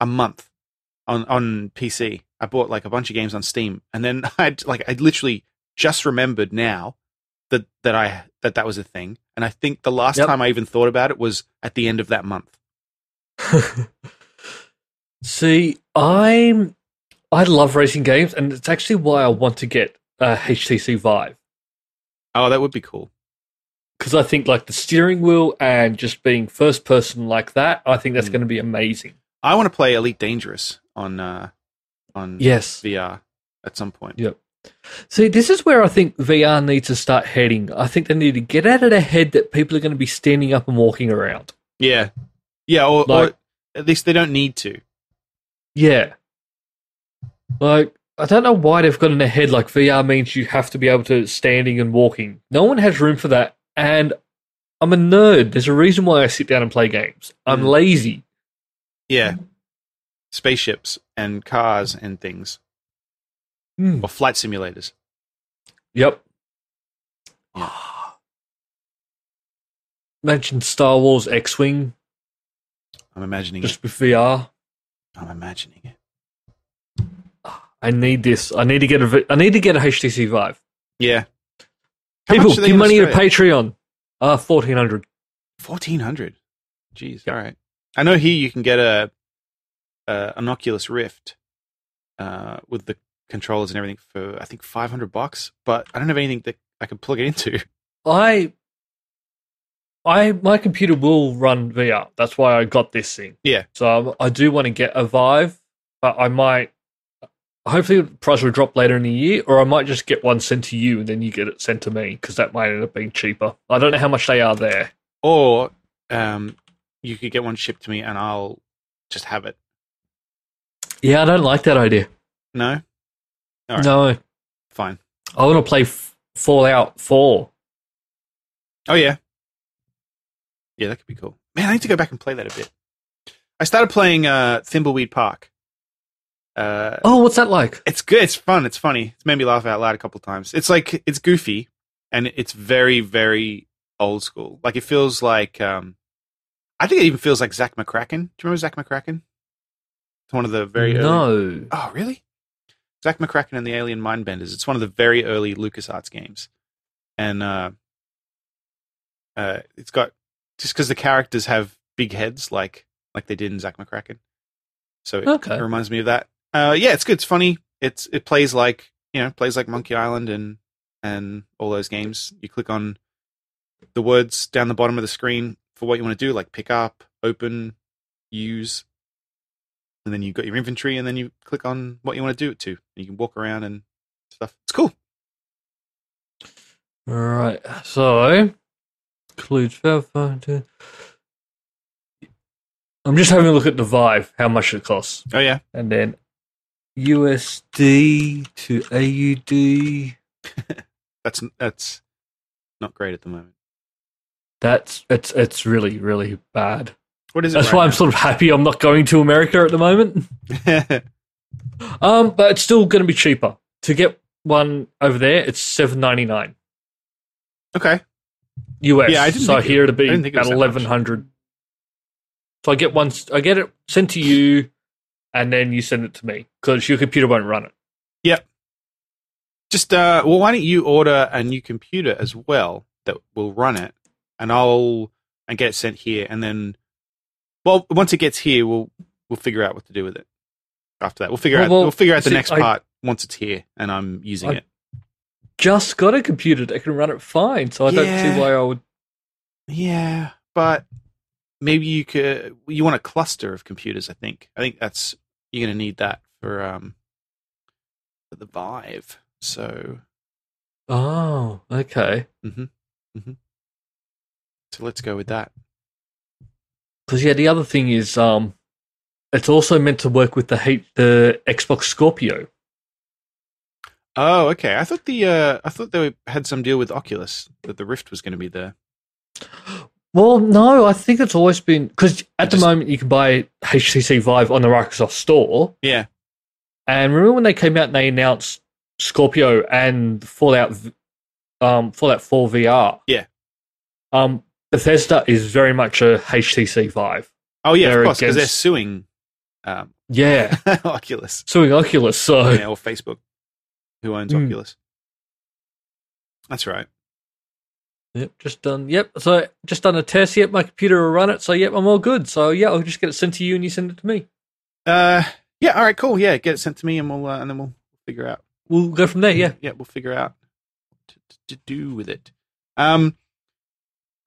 [SPEAKER 2] a month on on PC. I bought like a bunch of games on Steam, and then I like I literally just remembered now that that I that that was a thing, and I think the last
[SPEAKER 3] Yep.
[SPEAKER 2] time I even thought about it was at the end of that month.
[SPEAKER 3] See, I'm I love racing games and it's actually why I want to get a HTC Vive
[SPEAKER 2] Oh, that would be cool.
[SPEAKER 3] because I think like the steering wheel and just being first person like that, I think that's
[SPEAKER 2] Mm.
[SPEAKER 3] going to be amazing.
[SPEAKER 2] I want to play Elite Dangerous on uh on
[SPEAKER 3] Yes.
[SPEAKER 2] VR at some point.
[SPEAKER 3] Yeah. See, this is where I think VR needs to start heading. I think they need to get out of their head that people are going to be standing up and walking around.
[SPEAKER 2] Yeah, yeah, or,
[SPEAKER 3] Like-
[SPEAKER 2] or at least they don't need to.
[SPEAKER 3] Yeah. Like, I don't know why they've got in their head like VR means you have to be able to standing and walking. No one has room for that. And I'm a nerd. There's a reason why I sit down and play games. I'm
[SPEAKER 2] Mm.
[SPEAKER 3] lazy.
[SPEAKER 2] Yeah. spaceships and cars and things,
[SPEAKER 3] Hmm.
[SPEAKER 2] or flight simulators.
[SPEAKER 3] Yep.
[SPEAKER 2] Yeah.
[SPEAKER 3] Imagine Star Wars X Wing
[SPEAKER 2] I'm imagining it.
[SPEAKER 3] just with VR.
[SPEAKER 2] I'm imagining it.
[SPEAKER 3] I need this. I need to get a. vi- I need to get a HTC Vive.
[SPEAKER 2] Yeah.
[SPEAKER 3] People, give money to Patreon. Uh fourteen hundred.
[SPEAKER 2] Fourteen hundred. Jeez. All right. I know here you can get a, a an Oculus Rift uh, with the controllers and everything for I think five hundred bucks, but I don't have anything that I can plug it into.
[SPEAKER 3] I, I my computer will run VR. That's why I got this thing.
[SPEAKER 2] Yeah.
[SPEAKER 3] So i I do want to get a Vive, but I might. Hopefully, the price will drop later in the year, or I might just get one sent to you and then you get it sent to me because that might end up being cheaper. I don't know how much they are there.
[SPEAKER 2] Or um, you could get one shipped to me and I'll just have it.
[SPEAKER 3] Yeah, I don't like that idea.
[SPEAKER 2] No? All right.
[SPEAKER 3] No,
[SPEAKER 2] Fine.
[SPEAKER 3] I want to play F- Fallout Four.
[SPEAKER 2] Oh yeah. Yeah, that could be cool. Man, I need to go back and play that a bit. I started playing uh, Thimbleweed Park. Uh,
[SPEAKER 3] Oh, what's that like?
[SPEAKER 2] It's good. It's fun. It's funny. It's made me laugh out loud a couple times. It's like it's goofy, and it's very, very old school. Like it feels like, um, I think it even feels like Zach McCracken. Do you remember Zach McCracken? It's one of the very early.
[SPEAKER 3] no.
[SPEAKER 2] Oh, really? Zach McCracken and the Alien Mindbenders. It's one of the very early LucasArts games, and uh, uh, it's got just because the characters have big heads, like like they did in Zach McCracken. So it,
[SPEAKER 3] Okay.
[SPEAKER 2] it reminds me of that. Uh, yeah, it's good. It's funny. It's it plays like you know plays like Monkey Island and and all those games. You click on the words down the bottom of the screen for what you want to do, like pick up, open, use, and then you've got your inventory, and then you click on what you want to do it to, and you can walk around and stuff. It's cool.
[SPEAKER 3] Right. So, includes fail factor. I'm just having a look at the Vive, how much it costs,
[SPEAKER 2] Oh yeah,
[SPEAKER 3] and then USD to AUD.
[SPEAKER 2] that's that's not great at the moment.
[SPEAKER 3] That's it's it's really really bad.
[SPEAKER 2] What is it?
[SPEAKER 3] That's why I'm sort of happy I'm not going to America at the moment.
[SPEAKER 2] I'm.
[SPEAKER 3] Um, but it's still going to be cheaper to get one over there. It's seven ninety nine
[SPEAKER 2] okay.
[SPEAKER 3] US.
[SPEAKER 2] Yeah, I didn't
[SPEAKER 3] so
[SPEAKER 2] think it-
[SPEAKER 3] here it'll
[SPEAKER 2] I
[SPEAKER 3] be
[SPEAKER 2] didn't think it was
[SPEAKER 3] at
[SPEAKER 2] that much.
[SPEAKER 3] eleven hundred. So I get one. I get it sent to you, and then you send it to me because your computer won't run it.
[SPEAKER 2] Just uh, well, why don't you order a new computer as well that will run it, and I'll and get it sent here, and then, well, once it gets here, we'll we'll figure out what to do with it. After that, we'll figure
[SPEAKER 3] Well,
[SPEAKER 2] out
[SPEAKER 3] well,
[SPEAKER 2] we'll figure out the
[SPEAKER 3] see,
[SPEAKER 2] next
[SPEAKER 3] I-
[SPEAKER 2] part once it's here and I'm using
[SPEAKER 3] I-
[SPEAKER 2] it.
[SPEAKER 3] Just got a computer that can run it fine, so I don't
[SPEAKER 2] Yeah.
[SPEAKER 3] see why I would.
[SPEAKER 2] Yeah, but maybe you could. You want a cluster of computers, I think. I think that's you're going to need that for um for the Vive. So
[SPEAKER 3] Oh, okay.
[SPEAKER 2] so let's go with that.
[SPEAKER 3] Because yeah, the other thing is, um, it's also meant to work with the H- the Xbox Scorpio.
[SPEAKER 2] Oh, okay. I thought the uh I thought they had some deal with Oculus that the Rift was going to be there.
[SPEAKER 3] Well, no, I think it's always been because at the
[SPEAKER 2] just-
[SPEAKER 3] moment you can buy HTC Vive on the Microsoft Store,
[SPEAKER 2] Yeah.
[SPEAKER 3] And remember when they came out and they announced Scorpio and Fallout, v- um, Fallout 4 VR?
[SPEAKER 2] Yeah.
[SPEAKER 3] Um, Bethesda is very much a HTC Vive.
[SPEAKER 2] Oh yeah,
[SPEAKER 3] They're
[SPEAKER 2] of course, because they're
[SPEAKER 3] against-
[SPEAKER 2] suing um,
[SPEAKER 3] Yeah.
[SPEAKER 2] Oculus
[SPEAKER 3] Suing Oculus. So,
[SPEAKER 2] yeah, or Facebook, who owns
[SPEAKER 3] Oh. Hmm.
[SPEAKER 2] Oculus. That's right.
[SPEAKER 3] yep, just done. Yep. So, just done a test. Yep. My computer will run it. So, yep, I'm all good. So, yeah, I'll just get it sent to you and you send it to me.
[SPEAKER 2] Uh, yeah. All right. Cool. Yeah, get it sent to me, and we'll uh, and then we'll figure out.
[SPEAKER 3] We'll go from there. Yeah.
[SPEAKER 2] yeah, we'll figure out what to, to do with it. Um,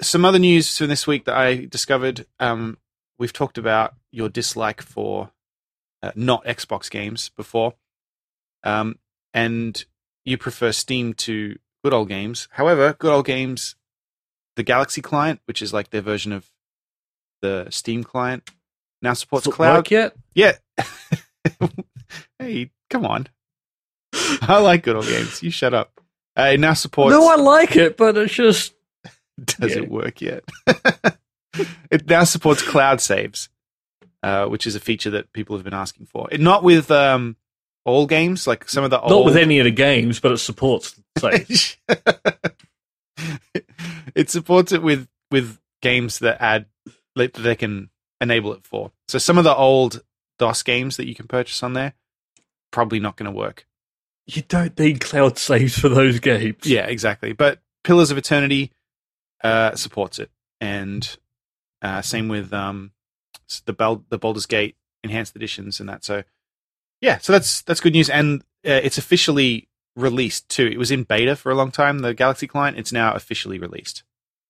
[SPEAKER 2] some other news from this week that I discovered. Um, we've talked about your dislike for uh, not Xbox games before, um, and you prefer Steam to good old games. However, good old games, the Galaxy client, which is like their version of the Steam client, now supports
[SPEAKER 3] Does it
[SPEAKER 2] cloud.
[SPEAKER 3] work yet?
[SPEAKER 2] Yeah. hey, come on. I like good old games. You shut up. Uh, it now supports.
[SPEAKER 3] No, I like it, but it's just.
[SPEAKER 2] does it work yet? it now supports cloud saves. uh, which is a feature that people have been asking for. It, not with um, all games, like some of the
[SPEAKER 3] Not
[SPEAKER 2] old.
[SPEAKER 3] with any of the games, but it supports saves.
[SPEAKER 2] it supports it with with games that add that they can enable it for. So some of the old DOS games that you can purchase on there probably not going to work.
[SPEAKER 3] you don't need cloud saves for those games.
[SPEAKER 2] Yeah, exactly. But Pillars of Eternity uh, supports it, and uh, same with um, s- the Bal- the Baldur's Gate enhanced editions and that. So yeah, so that's that's good news, and uh, it's officially released too. It was in beta for a long time, the Galaxy client. It's now officially released.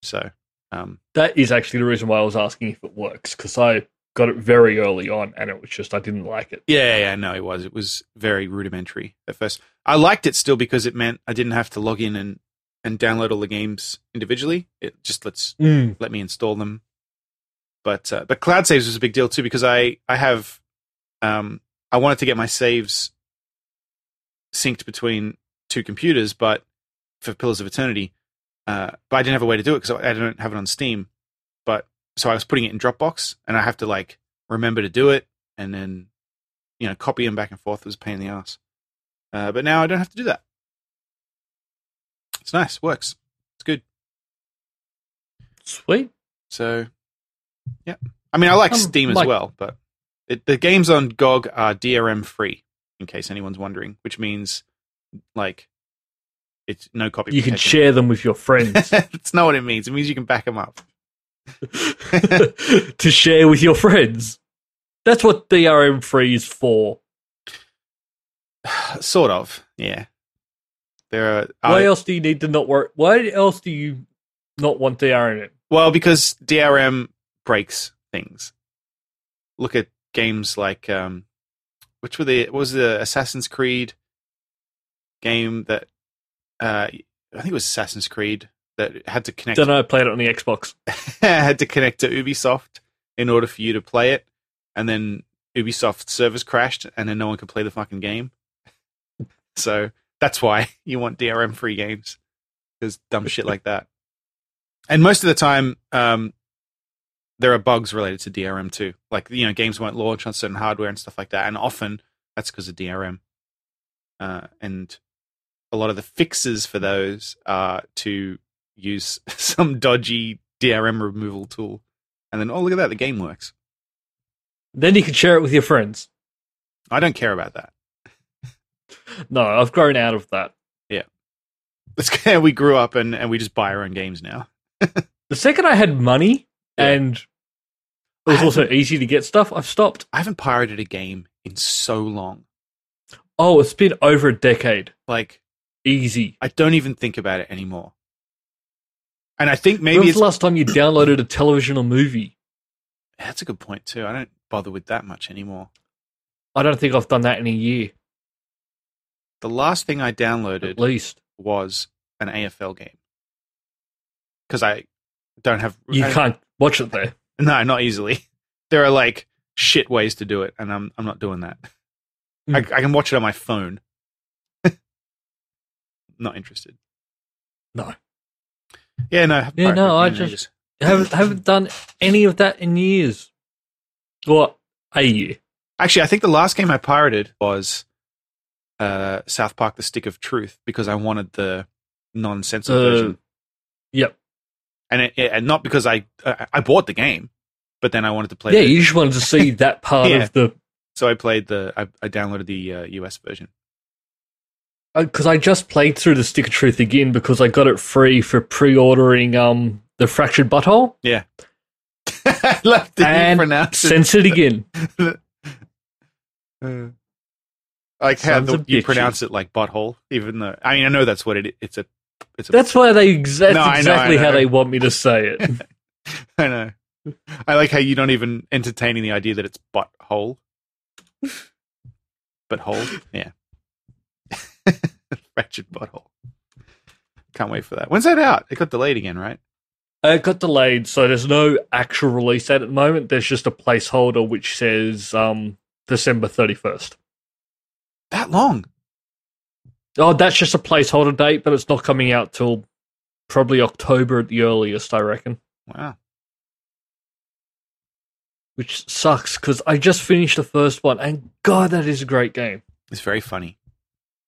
[SPEAKER 2] So um,
[SPEAKER 3] That is actually the reason why I was asking if it works because I got it very early on and it was just I didn't like it.
[SPEAKER 2] yeah, yeah, no, it was it was very rudimentary at first. I liked it still because it meant I didn't have to log in and and download all the games individually. It just lets
[SPEAKER 3] Mm.
[SPEAKER 2] let me install them. But uh, but cloud saves was a big deal too because I I have um, I wanted to get my saves synced between two computers, but for Pillars of Eternity, uh, but I didn't have a way to do it because I don't have it on Steam. But so I was putting it in Dropbox, and I have to like remember to do it, and then you know copy them back and forth was a pain in the ass. Uh, but now I don't have to do that. It's nice, works, it's good.
[SPEAKER 3] Sweet.
[SPEAKER 2] So, yeah. I mean, I like
[SPEAKER 3] Um,
[SPEAKER 2] Steam as
[SPEAKER 3] like-
[SPEAKER 2] well, but it, the games on GOG are DRM free, in case anyone's wondering, which means like it's no copy.
[SPEAKER 3] You can
[SPEAKER 2] protection.
[SPEAKER 3] share them with your friends.
[SPEAKER 2] That's not what it means. It means you can back them up.
[SPEAKER 3] to share with your friends. That's what DRM free is for.
[SPEAKER 2] sort of. Yeah. There are.
[SPEAKER 3] why
[SPEAKER 2] I-
[SPEAKER 3] else do you need to not work? Why else do you not want DRM?
[SPEAKER 2] Well, because DRM breaks things. Look at games like um, which were the what was the Assassin's Creed game that uh, I think it was Assassin's Creed that had to connect
[SPEAKER 3] Don't know. I played it on the Xbox.
[SPEAKER 2] had to connect to Ubisoft in order for you to play it, and then Ubisoft servers crashed, and then no one could play the fucking game. So that's why you want DRM free games because dumb shit like that. And most of the time, um, there are bugs related to DRM too. Like you know, games won't launch on certain hardware and stuff like that, and often that's because of DRM. Uh, and a lot of the fixes for those are to use some dodgy DRM removal tool. And then, oh, look at that, the game works.
[SPEAKER 3] Then you can share it with your friends.
[SPEAKER 2] I don't care about that.
[SPEAKER 3] No, I've grown out of that.
[SPEAKER 2] It's kind we grew up and, and we just buy our own games now.
[SPEAKER 3] The second I had money
[SPEAKER 2] Yeah.
[SPEAKER 3] and it was also easy to get stuff, I've stopped.
[SPEAKER 2] I haven't pirated a game in so long.
[SPEAKER 3] Oh, it's been over a decade.
[SPEAKER 2] Like,
[SPEAKER 3] Easy.
[SPEAKER 2] I don't even think about it anymore. And I think
[SPEAKER 3] Maybe
[SPEAKER 2] maybe
[SPEAKER 3] when was
[SPEAKER 2] it's.
[SPEAKER 3] the last time you downloaded a television or movie?
[SPEAKER 2] That's a good point, too. I don't bother with that much anymore.
[SPEAKER 3] I don't think I've done that in a year,
[SPEAKER 2] The last thing I downloaded
[SPEAKER 3] at least.
[SPEAKER 2] was an AFL game. Because I don't have.
[SPEAKER 3] You
[SPEAKER 2] I-
[SPEAKER 3] can't watch it there.
[SPEAKER 2] No, not easily. There are like shit ways to do it, and I'm I'm not doing that.
[SPEAKER 3] Hmm.
[SPEAKER 2] I, I can watch it on my phone. not interested.
[SPEAKER 3] No.
[SPEAKER 2] Yeah, no. I haven't
[SPEAKER 3] Yeah,
[SPEAKER 2] pirated
[SPEAKER 3] no,
[SPEAKER 2] it
[SPEAKER 3] I
[SPEAKER 2] in
[SPEAKER 3] just-
[SPEAKER 2] ages.
[SPEAKER 3] haven't, haven't done any of that in years. Or a year.
[SPEAKER 2] actually. I think the last game I pirated was uh, South Park: The Stick of Truth because I wanted the non-censored
[SPEAKER 3] Uh,
[SPEAKER 2] version,
[SPEAKER 3] Yep.
[SPEAKER 2] and it, it- and not because I I I bought the game, but then I wanted to play.
[SPEAKER 3] yeah,
[SPEAKER 2] the-
[SPEAKER 3] you just wanted to see that part
[SPEAKER 2] Yeah.
[SPEAKER 3] of the
[SPEAKER 2] so I played the I, I downloaded the uh, US version.
[SPEAKER 3] because uh, I just played through the Stick of Truth again because I got it free for pre-ordering um the Fractured Butthole
[SPEAKER 2] I love that you
[SPEAKER 3] And
[SPEAKER 2] pronounce it
[SPEAKER 3] Sense it again.
[SPEAKER 2] Uh, like how
[SPEAKER 3] Mm. Sons
[SPEAKER 2] the,
[SPEAKER 3] of
[SPEAKER 2] you
[SPEAKER 3] bitches.
[SPEAKER 2] pronounce it like butthole, even though I mean I know that's what it it's a it's a
[SPEAKER 3] That's why they that's
[SPEAKER 2] No, I know, I
[SPEAKER 3] exactly how
[SPEAKER 2] know.
[SPEAKER 3] they want me to say it.
[SPEAKER 2] I know. I like how you're not even entertaining the idea that it's butthole. butthole, yeah. Ratchet butthole. Can't wait for that. When's that out? It got delayed again, right?
[SPEAKER 3] Uh, It got delayed, so there's no actual release date at the moment. There's just a placeholder which says um December 31st.
[SPEAKER 2] That long?
[SPEAKER 3] Oh, that's just a placeholder date, but it's not coming out till probably October at the earliest, I reckon.
[SPEAKER 2] Wow.
[SPEAKER 3] which sucks because I just finished the first one, and God, that is a great game.
[SPEAKER 2] It's very funny.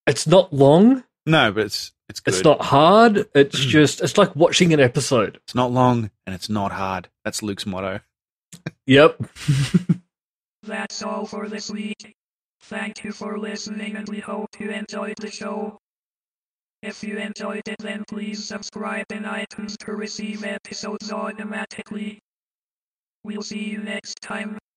[SPEAKER 3] It's not long,
[SPEAKER 2] No, but it's it's good. Mm.
[SPEAKER 3] it's not hard. It's just it's like watching an episode.
[SPEAKER 2] It's not long and it's not hard. That's Luke's motto.
[SPEAKER 3] Yep.
[SPEAKER 5] That's all for this week. Thank you for listening and we hope you enjoyed the show. If you enjoyed it then please subscribe in iTunes to receive episodes automatically. We'll see you next time.